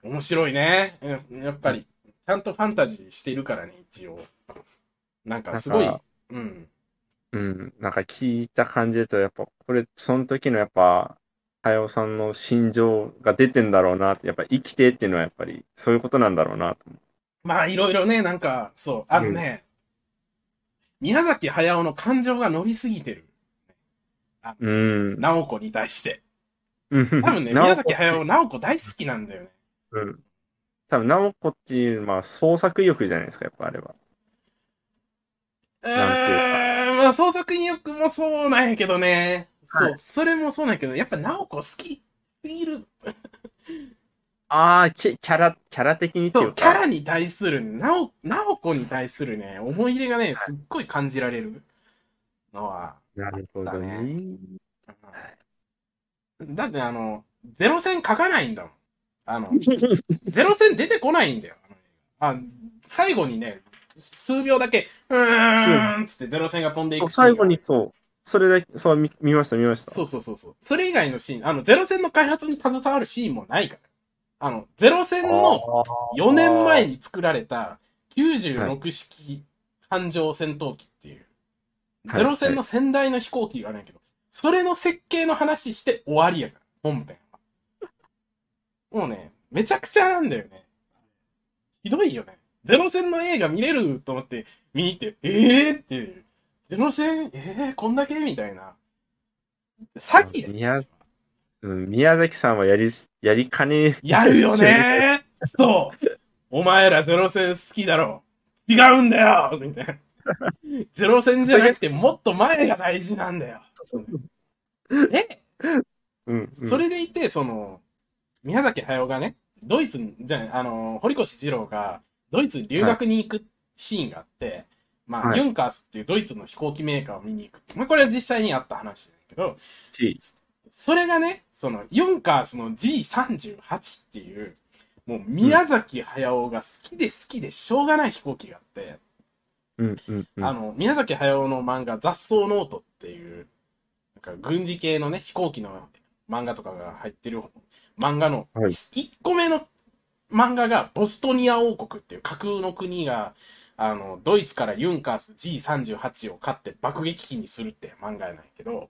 A: 面白いね。うんやっぱり、ちゃんとファンタジーしてるからね、一応。なんか、すごい
B: なんか、
A: うん。
B: うん。なんか聞いた感じだと、やっぱ、これ、その時のやっぱ、太陽さんの心情が出てんだろうなって、やっぱ生きてっていうのはやっぱりそういうことなんだろうなと思
A: まあ、いろいろね、なんか、そう、あのね、宮崎駿の感情が乗りすぎてる。
B: う。うん。
A: 直子に対して。
B: うん
A: 多分ね、
B: なお
A: 宮崎駿、直子大好きなんだよね。
B: うん。多分、ナオコっていう、まあ、創作意欲じゃないですか、やっぱあれは。
A: え
B: なんていう
A: ー、まあ、創作意欲もそうなんやけどね。そう、それもそうなんやけど、やっぱ直子好きすぎる
B: ああ、キキャラ、キャラ的にってい
A: そうう、
B: か。
A: キャラに対する、なお、なおこに対するね、思い入れがね、すっごい感じられるのは。
B: なるほど
A: だ
B: ね。
A: うんだってあの、ゼロ戦書かないんだもん。あの、ゼロ戦出てこないんだよ。あのあ最後にね、数秒だけ、うーんっつってゼロ戦が飛んでいくシーンが
B: 最後に、そう。それだけ、そう、見、見ました、見ました。
A: そうそうそうそう。それ以外のシーン、あの、ゼロ戦の開発に携わるシーンもないから。あの、ゼロ戦の4年前に作られた96式艦上戦闘機っていう、
B: はい
A: ゼロ戦の先代の飛行機があるんやけど、それの設計の話して終わりやから、本編は。もうね、めちゃくちゃなんだよね。ひどいよね。ゼロ戦の映画見れると思って見に行って、ええー、っていう。ゼロ戦、ええー、こんだけみたいな。詐欺だよ
B: 宮、うん、宮崎さんはやりす、やりかね
A: やるよねー そうお前らゼロ戦好きだろ違うんだよみたいな。ゼロ戦じゃなくてもっと前が大事なんだよ。で、
B: うん、うん
A: それでいて、その、宮崎駿がね、ドイツに、じゃないあの、堀越二郎がドイツに留学に行くシーンがあって、まあ、
B: はい
A: ユンカースっていうドイツの飛行機メーカーを見に行くって。まあ、これは実際にあった話だけど、
B: し
A: それがね、その、ヨンカースの G38 っていう、もう宮崎駿が好きで好きでしょうがない飛行機があって、
B: うん、うん、うん。
A: あの、宮崎駿の漫画雑草ノートっていう、なんか軍事系のね、飛行機の漫画とかが入ってる漫画の、
B: はい
A: 1個目の漫画がボストニア王国っていう架空の国が、あの、ドイツからユンカース G38 を買って爆撃機にするって漫画やないけ ど、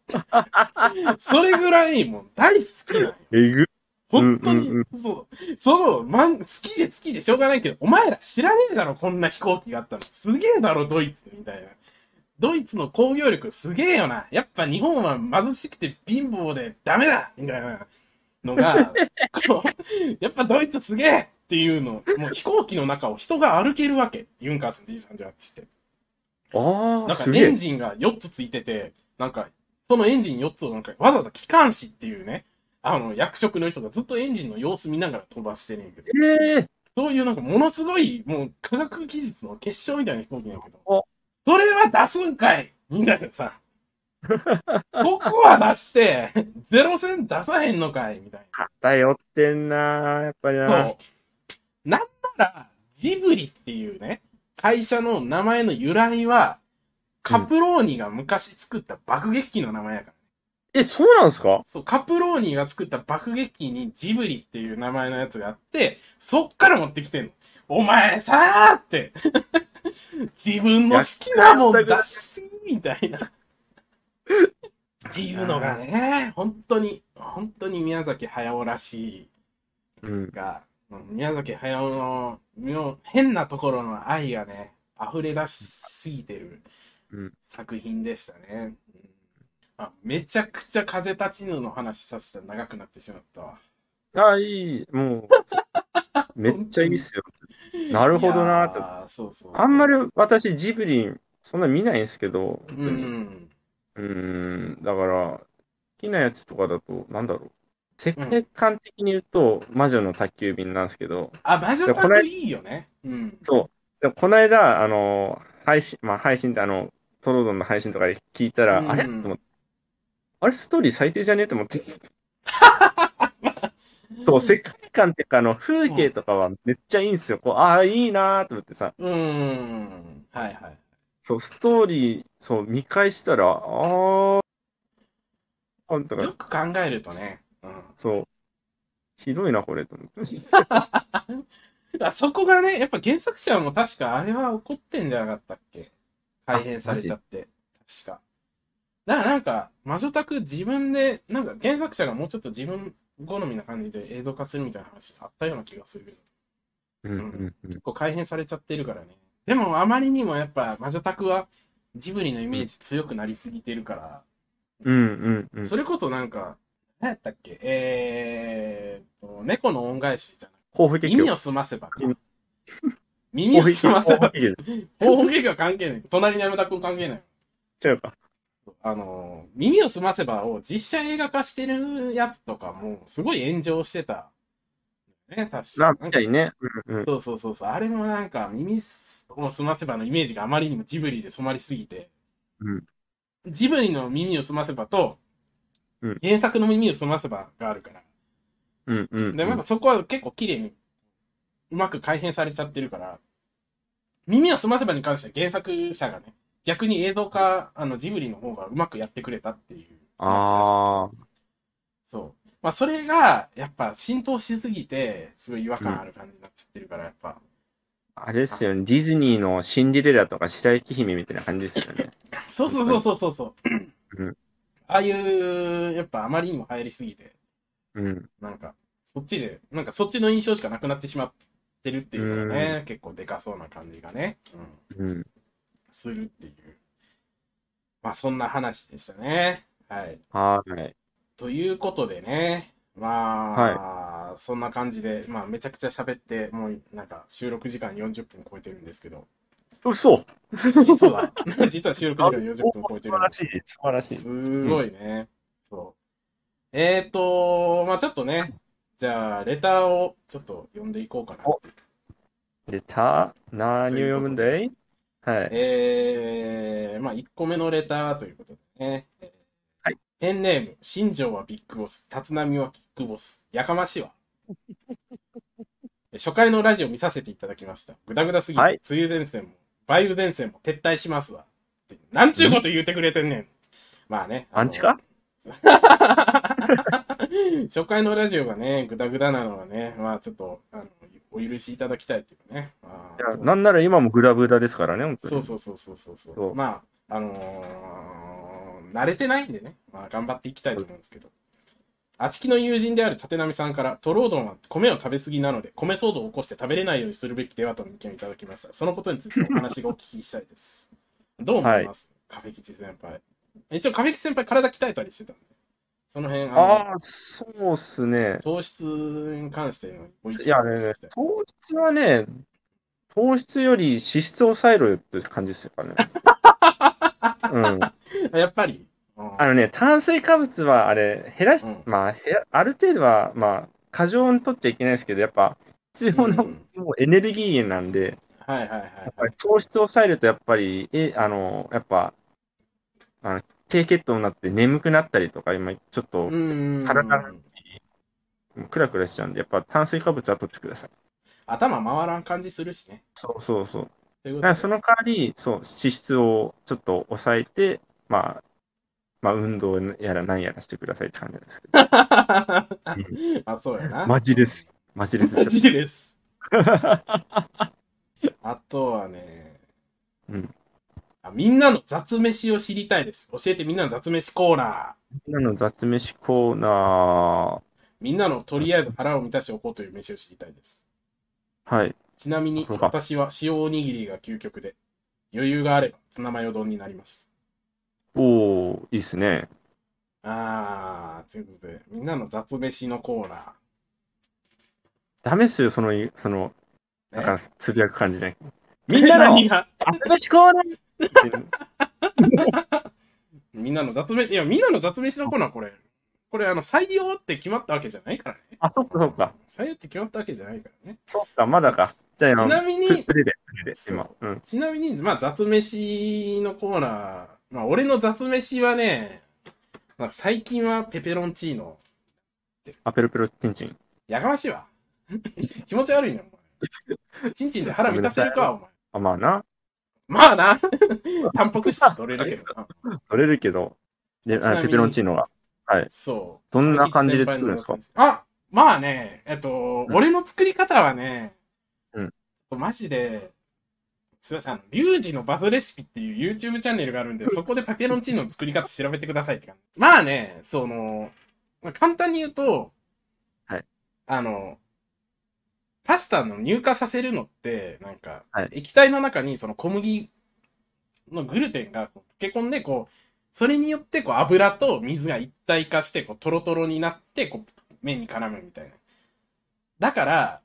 A: それぐらいもう大好きなんよ。
B: えぐ、
A: 本当に、
B: うん
A: そう、そう、まん、好きで好きでしょうがないけど、お前ら知らねえだろ、こんな飛行機があったの。すげえだろ、ドイツ、みたいな。ドイツの工業力すげえよな。やっぱ日本は貧しくて貧乏でダメだみたいなの が、こうやっぱドイツすげえっていうの、もう飛行機の中を人が歩けるわけ。ユンカース G38 って。
B: あ
A: な
B: あ、
A: んか
B: すげ
A: エン
B: え。
A: ジンが4つついてて、なんか、そのエンジン4つをなんかわざわざ機関士っていうね、あの、役職の人がずっとエンジンの様子見ながら飛ばしてるんやけど、
B: ええ
A: そういうなんかものすごい、もう科学技術の結晶みたいな飛行機なんやけど
B: お、
A: それは出すんかいみたいなさ、ここは出して、ゼロ戦出さへんのかいみたいな。
B: 偏ってんなーやっぱりな
A: そう。なんなら、ジブリっていうね、会社の名前の由来は、カプローニが昔作った爆撃機の名前やから。
B: え、そうなんすか
A: そう、カプローニが作った爆撃機にジブリっていう名前のやつがあって、そっから持ってきてんの。お前さーって。自分の好きなもん出し、みたいな。っていうのがね、本当に、本当に宮崎駿らしい
B: うん。
A: が、うん宮崎駿の妙変なところの愛がね、溢れ出しすぎてる
B: うん
A: 作品でしたね。うんあめちゃくちゃ風立ちぬの話させたら長くなってしまったわ。
B: ああ、いい。もう、 めっちゃいいっすよ。なるほどなーって。
A: あそうそうそう
B: あんまり私、ジブリ、そんな見ないんですけど、
A: うん
B: 本当
A: う
B: に。
A: ん。
B: うーん、だから、好きなやつとかだと、なんだろう。世界観的に言うと、魔女の宅急便なんですけど、
A: あ、魔女宅いいよね。うん。
B: そう。でもこの間、あの、配信、まあ、配信って、あの、トロドンの配信とかで聞いたら、
A: うん
B: あれと思って、あれ、ストーリー最低じゃねえと思って、そう、世界観っていうか、あの、風景とかはめっちゃいいんですよ。こう、ああ、いいなーと思ってさ、
A: うん。はいはい。
B: そう、ストーリー、そう、見返したら、あー、あんた
A: よ
B: が、
A: く考えるとね。うん。
B: そう、ひどいな、これ、と思って。
A: あそこがね、やっぱ原作者も確かあれは怒ってんじゃなかったっけ改変されちゃって。確か。だからなんか、魔女宅自分で、なんか原作者がもうちょっと自分好みな感じで映像化するみたいな話あったような気がするけど、
B: うんうんうん
A: 結構改変されちゃってるからね。でもあまりにもやっぱ魔女宅はジブリのイメージ強くなりすぎてるから、
B: うんうんうん。
A: それこそなんか、何やったっけえーっと、猫の恩返しじゃな
B: 抱負
A: くて、
B: 結
A: 耳
B: 局。
A: を澄ませばか
B: うん。
A: 耳を澄ませば
B: 抱負結局
A: 方法結果関係ない。隣の山田君関係ない。
B: 違うか。
A: あのー、耳をすませばを実写映画化してるやつとかも、すごい炎上してた。ね、確
B: ま
A: か
B: あ、みたいね。うんうん。
A: そうそうそうそう。あれもなんか、耳をすませばのイメージがあまりにもジブリで染まりすぎて、
B: うん
A: ジブリの耳をすませばと、
B: うん
A: 原作の耳をすませばがあるから。
B: うんうんうん。
A: でもなんかそこは結構綺麗に、うまく改変されちゃってるから、耳を澄ませばに関しては原作者がね、逆に映像化、あの、ジブリの方がうまくやってくれたっていう話だし
B: ああ、
A: そう。まあ、それが、やっぱ浸透しすぎて、すごい違和感ある感じになっちゃってるから、やっぱ。
B: あれですよね。ディズニーのシンデレラとか白雪姫みたいな感じですよね。
A: そうそうそうそうそうそう。
B: うん
A: ああいう、やっぱあまりにも流行りすぎて、
B: うん。
A: なんか、そっちで、なんかそっちの印象しかなくなってしまってるっていうのがね、結構でかそうな感じがね。うん
B: うん。
A: するっていう。まあそんな話でしたね。はい。
B: はーい。
A: ということでね。まあ、そんな感じで、まあめちゃくちゃ喋って、もうなんか収録時間40分超えてるんです けど、
B: 嘘
A: 実は、 実は収録時間40分超えて
B: 素
A: るんで
B: 晴ら
A: す。
B: しい。素晴らしい。
A: すごいね。そう。えっ、ー、と、まあちょっとね、じゃあレターをちょっと読んでいこうかなっていう
B: 出た何を読むんだいはい。
A: えー、まあ、1個目のレターということでね。
B: はい。
A: ペンネーム、新庄はビッグボス、立浪はキックボス、やかましいわ。初回のラジオ見させていただきました。ぐだぐだすぎて、
B: はい
A: 梅雨前線も、梅雨前線も撤退しますわ。ってなんちゅうこと言うてくれてんねん。まあね。あの
B: アンチか
A: 初回のラジオがね、ぐだぐだなのはね、まあちょっと、あの、お許しいただきたいっていうね。ま
B: い
A: あ
B: やなんなら今もグラブラですからね、本当
A: そう
B: に。
A: そうそうそうそうそう
B: そう
A: まああのー慣れてないんでね、まあ、頑張っていきたいと思うんですけどあちきの友人である立浪さんからトロードンは米を食べ過ぎなので米騒動を起こして食べれないようにするべきではとの意見をいただきましたそのことについてお話がお聞きしたいです どう思います、壁吉先輩一応壁吉先輩体鍛えたりしてたんでその辺あの
B: ああ、そうっすね。
A: 糖質に関してのご意見
B: いやね、糖質はね、糖質より脂質を抑えろよって感じです よね。うん。
A: あやっぱりうん
B: あのね、炭水化物はあれ、減らし
A: うん、
B: まあ、減らある程度は、まあ、過剰に取っちゃいけないですけど、やっぱ、必要な、
A: うん
B: もうエネルギー源なんで、
A: はいはいはい
B: やっ
A: は
B: ぱ
A: い
B: り糖質を抑えると、やっぱり、え、あの、やっぱ、あの、低血糖になって眠くなったりとか、今、ちょっと
A: う、ーん
B: 体がクラクラしちゃうんで、やっぱ炭水化物は取ってください。
A: 頭回らん感じするしね。
B: そうそうそう。
A: ということ
B: だか
A: で
B: らその代わり、そう、脂質をちょっと抑えて、まあ、まあ、運動やら何やらしてくださいって感じな んですけど。
A: あ、そうやな。
B: マジです。マジです。
A: マ ジです。あとはね、
B: うん
A: あ、みんなの雑飯を知りたいです。教えてみんなの雑飯コーナー。
B: みんなの雑飯コーナ
A: みんなのとりあえず腹を満たしておこうという飯を知りたいです。
B: ー。はい。
A: ちなみに
B: そうか
A: 私は塩おにぎりが究極で、余裕があればツナマヨ丼になります。
B: おー、いいっすね。
A: あー、ということで、みんなの雑飯のコーナ
B: ダメっすよ、その、その、
A: ー。
B: なんか、つぶやく感じね。
A: み
B: みんなの
A: 何が
B: 雑飯コーナー
A: みんなの雑飯、いや、みんなの雑飯のコーナーこれ、これ、あの、採用って決まったわけじゃないからね。
B: あ、そっかそっか。
A: 採用って決まったわけじゃないからね。
B: そっか、まだか。じゃあ、
A: ちなみに
B: プレで、プレで、今。うん。
A: ちなみに、まあ、雑飯のコーナー、まあ、俺の雑飯はね、なんか最近はペペロンチーノ。
B: あ、ペロペロチンチン。
A: やかましいわ。 気持ち悪いね、お前。チンチンで腹満たせるか、お前。
B: あ、まあな。
A: まあな。 タンパク質取れるけどな。
B: 取れるけど。で、
A: ちなみ
B: あ
A: に
B: ペペロンチーノが。
A: そう。
B: どんな感じで作るんですか
A: あ、まあね、えっと、
B: うん
A: 俺の作り方はね、
B: うん。
A: マジで、すいません、リュウジのバズレシピっていう YouTube チャンネルがあるんで、そこでペペロンチーノの作り方調べてくださいって感じ。まあね、その、まあ簡単に言うと、
B: はい。
A: あの、パスタの乳化させるのって、なんか、
B: はい
A: 液体の中にその小麦のグルテンがこう溶け込んで、こう、それによってこう油と水が一体化してこうトロトロになってこう麺に絡むみたいな。だから、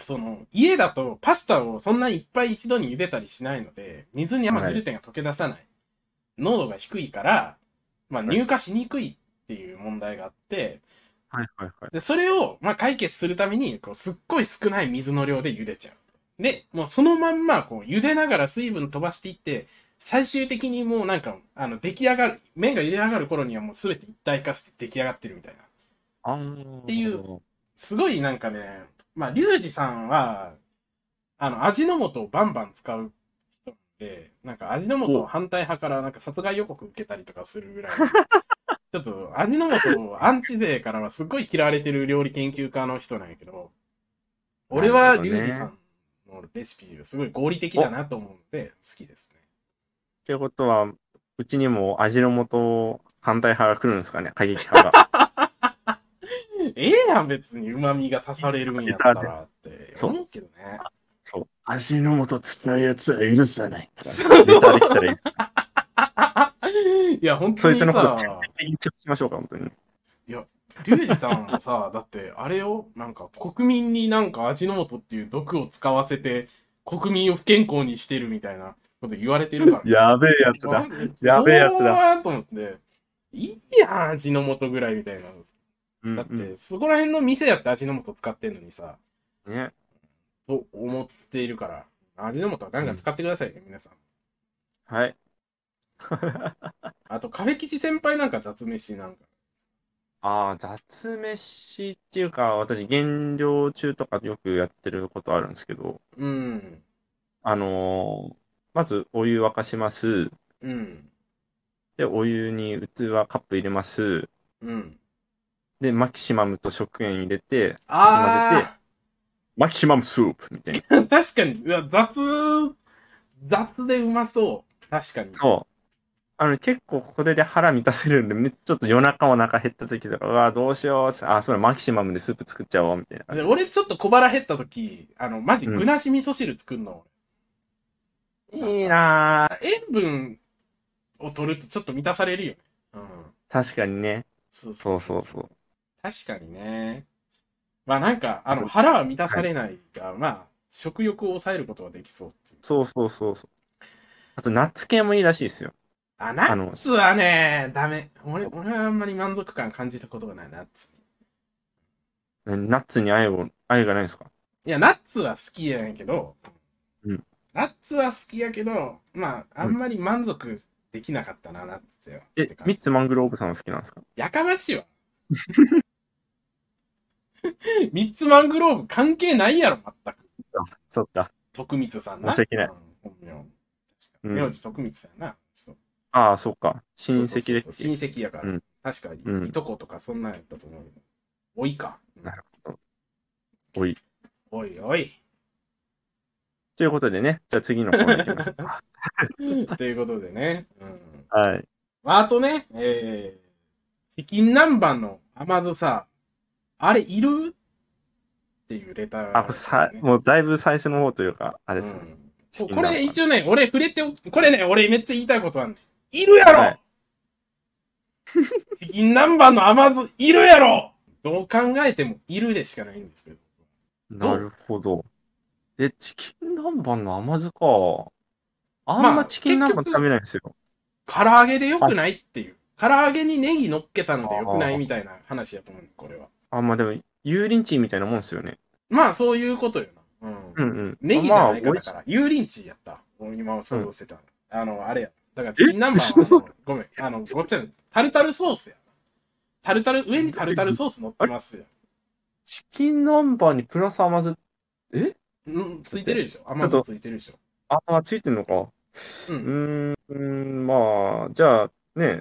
A: その家だとパスタをそんないっぱい一度に茹でたりしないので、水にあんまグルテンが溶け出さない。濃度が低いから、まあ、乳化しにくいっていう問題があって、
B: はいはいはい。
A: で、それを、まあ、解決するために、こう、すっごい少ない水の量で茹でちゃう。で、もうそのまんま、こう、茹でながら水分飛ばしていって、最終的にもうなんか、あの、出来上がる、麺が茹で上がる頃にはもうすべて一体化して出来上がってるみたいな。
B: あー
A: っていう。すごいなんかね、まあ、リュウジさんは、あの、味の素をバンバン使う人で、なんか味の素反対派からなんか殺害予告受けたりとかするぐらい、ちょっと味の素アンチ勢からはすごい嫌われてる料理研究家の人なんやけど、俺は
B: なるほ
A: リ
B: どね
A: ュウジさんのレシピがすごい合理的だなと思うので、好きですね。
B: ってことは、うちにも味の素反対派が来るんですかね、過激派 が。
A: ええやん、別に旨味が足されるんやったらって思うけどね。
B: そう。味の素使うやつは許さない。とか
A: そう
B: ネタできたらいいです。
A: いや、本当
B: そい
A: に
B: つのこ
A: さ
B: と徹、底的にチェックしましょうか、本当に。
A: リュウジさんもさ、 だって、あれを、なんか、国民になんか味の素っていう毒を使わせて、国民を不健康にしてるみたいなこと言われてるから、
B: やべえやつだ。やべえやつだ
A: だ。と思って、いいやん、味の素ぐらいみたいな。
B: うん
A: だって、そこら辺の店やって味の素使ってんのにさ、
B: うんね。
A: と思っているから、味の素はガンガン使ってくださいね、皆さん。
B: はい。
A: あと、カフェ吉先輩なんか雑飯なんか。
B: ああ、雑飯っていうか、私、減量中とかよくやってることあるんですけど、
A: うん、
B: あのーまずお湯沸かします。
A: うん、
B: で、お湯に器、カップ入れます。
A: うん。
B: で、マキシマムと食塩入れて、
A: あー。
B: マキシマムスープみたいな。
A: 確かに、うわ、雑、雑でうまそう。確かに。
B: そう。あの、結構これで腹満たせるんで、めちょっと夜中お腹減った時とか、うわ、どうしようっす。あ、そうだ、マキシマムでスープ作っちゃおう、みたいな感
A: で
B: じ。
A: 俺ちょっと小腹減った時、あの、マジ
B: うん
A: 具なし味噌汁作るの。
B: いいなぁ。
A: 塩分を取るとちょっと満たされるよね。うん。
B: 確かにね。
A: そう
B: そうそうそう。
A: 確かにね。まあなんか、あ
B: あ
A: の、
B: と
A: 腹は満たされないが、まあ、食欲を抑えることはできそうっていう。
B: そうそうそうそう。あと、ナッツ系もいいらしいですよ。
A: あ、ナ
B: あ
A: ッ
B: の、
A: ツはね、ダメ。俺、俺はあんまり満足感感じたことがない、ナッツ。
B: ナッツに愛を、愛がないんですか
A: いや、ナッツは好きやんやけど、
B: うん
A: ナッツは好きやけど、まあ、あんまり満足できなかったな、ナッツでは。っ
B: え
A: て、感
B: ミ
A: じ
B: ッツマングローブさんは好きなんですか
A: やかましいわ。 ミッツマングローブ関係ないやろ、全く。
B: そっか。
A: 徳光さんな。
B: 申し訳ない
A: うん。本名。確か
B: うん
A: 名字徳光さんやな。そう
B: ああ、そっか。親
A: そうそ
B: 戚
A: う
B: で
A: そう
B: すっけ
A: 親戚やから。
B: うん
A: 確かに、
B: うん
A: いとことかそんなんやったと思うけど。おいか。うん
B: なるほど。おい。
A: おいお い。
B: ということでね、じゃあ次のコーナーいきましょ うか。
A: ということでね。うん
B: はい。
A: まあ、あとね、えー、チキン南蛮の甘酢さ、あれいるっていうレター
B: あ、さ、もうだいぶ最初の方というか、あれですね。
A: うん
B: チキン
A: こ
B: 南
A: れ
B: 蛮
A: 一応ね、俺触れておき、これね、俺めっちゃ言いたいことあんねん。いるやろ、
B: はい
A: チキン南蛮の甘酢いるやろどう考えてもいるでしかないんですけど。
B: なるほど。え、チキン南蛮の甘酢か。あん
A: まあ
B: まチキン南蛮
A: 結局
B: 食べないんですよ。
A: 唐揚げでよくないっていう。唐揚げにネギ乗っけたのでよくな
B: あ
A: い
B: ー
A: みたいな話やと思う、これは。
B: あ、まあでも、油淋鶏みたいなもんですよね。
A: まあ、そういうことよな。うん。
B: うんうん。
A: ネギじゃないか
B: まあ美
A: だ
B: 味し
A: から、油淋鶏やった。俺今想像してた。あの、あれや。だから、チキン南蛮はあの、ごめん、あの、ごっちゃん、タルタルソースや。タルタル、上にタルタルソース乗ってますよ。
B: チキン南蛮にプラス甘酢、え
A: うん、ついてるでしょ。甘酢ついてるでしょ。
B: ああ、ついてんのか。
A: う。
B: うんーん、うーんまあ、じゃあ、ね、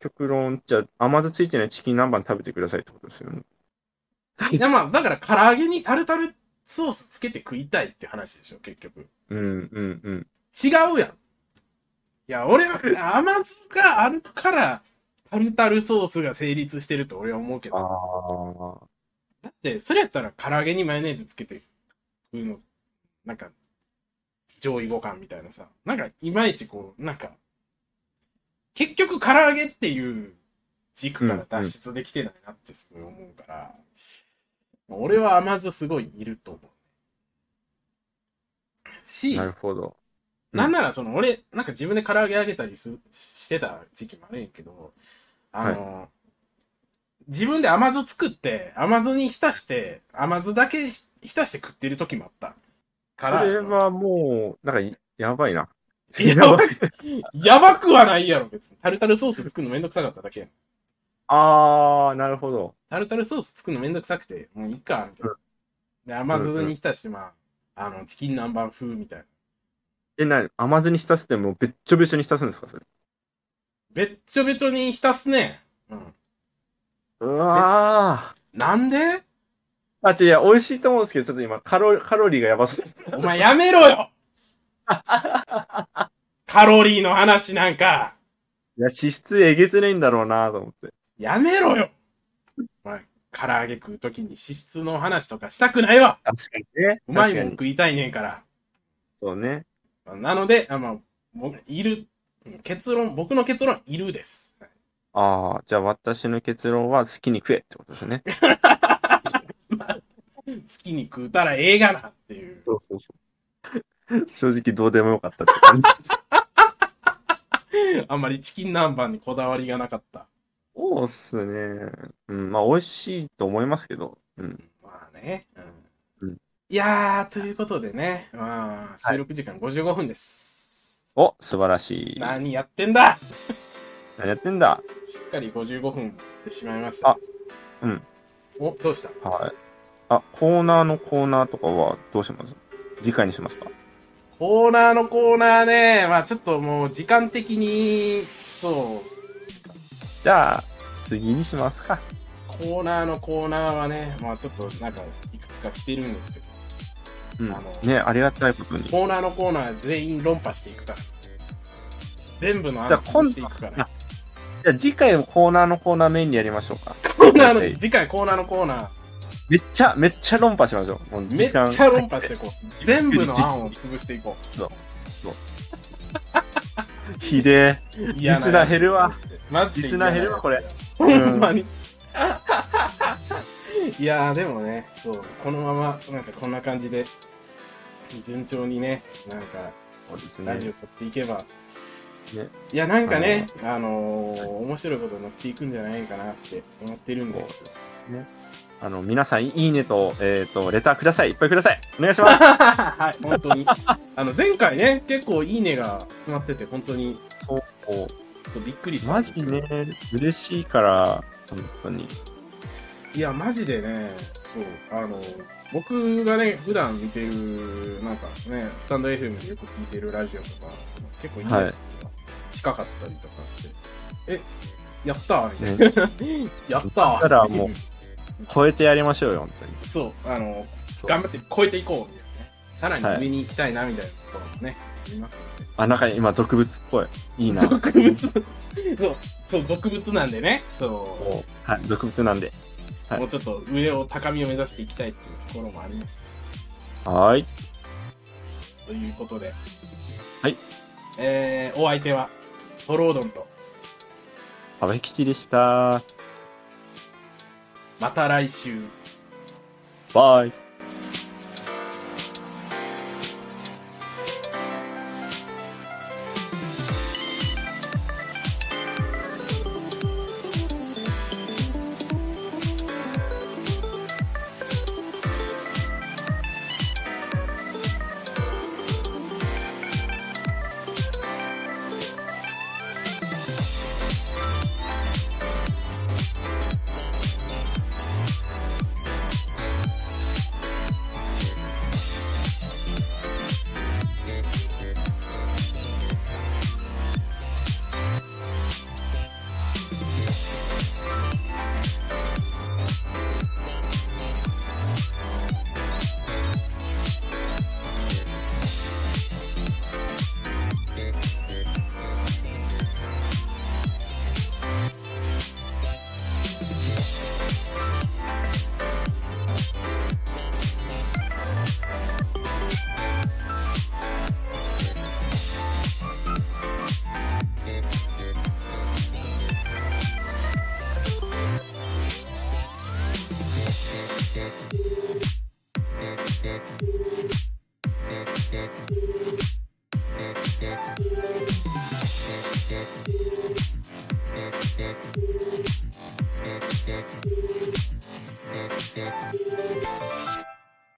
B: 極論、じゃあ、甘酢ついてないチキン南蛮食べてくださいってことですよね。
A: いや、まあ、だから、唐揚げにタルタルソースつけて食いたいって話でしょ、結局。
B: うん、うん、うん。
A: 違うやん。いや、俺は、甘酢があるから、タルタルソースが成立してると俺は思うけど。
B: ああ。
A: だって、それやったら唐揚げにマヨネーズつけて食うの、なんか、上位互換みたいなさ。なんか、いまいちこう、なんか、結局唐揚げっていう軸から脱出できてないなってすごい思うから、俺は甘酢すごいいると思う。し、
B: なるほど。うん
A: なんならその俺、なんか自分で唐揚げあげたりすしてた時期もあるんやけど、あの、自分で甘酢作って、甘酢に浸して、甘酢だけひ浸して食ってる時もあった。
B: そ
A: ら
B: れはもう、なんかい、やばいな。
A: やばく、やばくはないやろ、別に。タルタルソース作るのめんどくさかっただけやん。
B: ああ、なるほど。
A: タルタルソース作るのめんどくさくて、もういいか、みたいな。で、甘酢に浸して、まあ、あの、チキン南蛮風みたいな。
B: え、なに、甘酢に浸すってもうべっちょべちょに浸すんですか、それ。
A: べっちょべちょに浸すね。うん。
B: うわ
A: なんで
B: あ。あ、違ういや、美味しいと思うんですけど、ちょっと今、カロカロリーがやばそう。
A: お前やめろよカロリーの話なんか、
B: いや、脂質えげつないんだろうなと思って。
A: やめろよお前、唐揚げ食うときに脂質の話とかしたくないわ
B: 確かにね。
A: うまい
B: 確
A: も
B: か
A: ん
B: に。
A: 食いたいねんから。
B: そうね。
A: なので、あまあ、僕いる、うん結論、僕の結論、いるです。
B: ああ、じゃあ私の結論は好きに食えってことですね。
A: 好きに食うたらええがなっていう。
B: そうそうそう。正直どうでもよかったって感じ。
A: あんまりチキン南蛮にこだわりがなかった。
B: そうっすね。うん、まあ美味しいと思いますけど。うん。
A: まあね。う
B: うん
A: ん、いやー、ということでね、まあ、収録時間55分です。
B: お、素晴らしい。何
A: 何やってんだ
B: やってんだ
A: しっかり55分でしまいました。
B: あうん。
A: お、どうした
B: はい。あ、コーナーのコーナーとかはどうします次回にしますか
A: コーナーのコーナーね、まあちょっともう時間的に、そう、
B: じゃあ、次にしますか。
A: コーナーのコーナーはね、まあちょっとなんかいくつか来てるんですけど、
B: うん
A: あの。
B: ね、ありがたいことに。
A: コーナーのコーナー全員論破していくから。全部の
B: じゃあ
A: 話を
B: 今
A: して
B: 度
A: い
B: は
A: くか、ら
B: あ。じゃあ次回もコーナーのコーナーメインにやりましょうか。
A: コーナーの、
B: はい
A: 次回コーナーのコーナー、
B: めっちゃ、めっちゃ論破しましょう。もう
A: めっ
B: 時
A: ちゃ
B: 間。
A: 論破していこう。全部の案を潰していこ
B: ひで
A: う。リ
B: リスナー減るわ。
A: マジで
B: リスナー減るわこれ。
A: ほんまに。 いやーでもね、そう、このまま、なんかこんな感じで、順調にね、なんか、
B: そうです
A: ラジオ
B: ね。
A: 撮っていけば、
B: ね
A: いや、なんかね、あのー、面白いことになっていくんじゃないかなって思ってるん
B: そ
A: で
B: うで。すね。あの、皆さん、いいねと、えっ、と、レターください。いっぱいください。お願いします。
A: はい、本当に。あの、前回ね、結構いいねが決まってて、本当に、
B: そう。
A: そうびっくりしたん
B: マ
A: ですけ
B: ジ
A: ど。
B: ね、嬉しいから、本当に。
A: いや、マジでね、そう、あの、僕がね、普段見てる、なんかね、スタンド FM でよく聞いてるラジオとか、結構いい
B: はい
A: ですとか、近かったりとかして、え、やったーみたい
B: ね、
A: な。 やったー
B: たらも超えてやりましょうよ、本当に。
A: う。そう、あの、
B: そう
A: 頑張って超えていこう、みたいなね。さら
B: はい
A: に上に行きたいな、みたいなところもね、ありますので。
B: あ、なんか今、俗物っぽい。いいな。
A: 俗物、 そう、そう、俗物なんでね、そう、
B: こうはい、俗物なんで。はい
A: もうちょっと上を高みを目指していきたいっていうところもあります。
B: はーい。
A: ということで。
B: はい。
A: えー、お相手は、トロードンと、
B: 阿部吉でした。
A: また来週。
B: バイ。
C: 「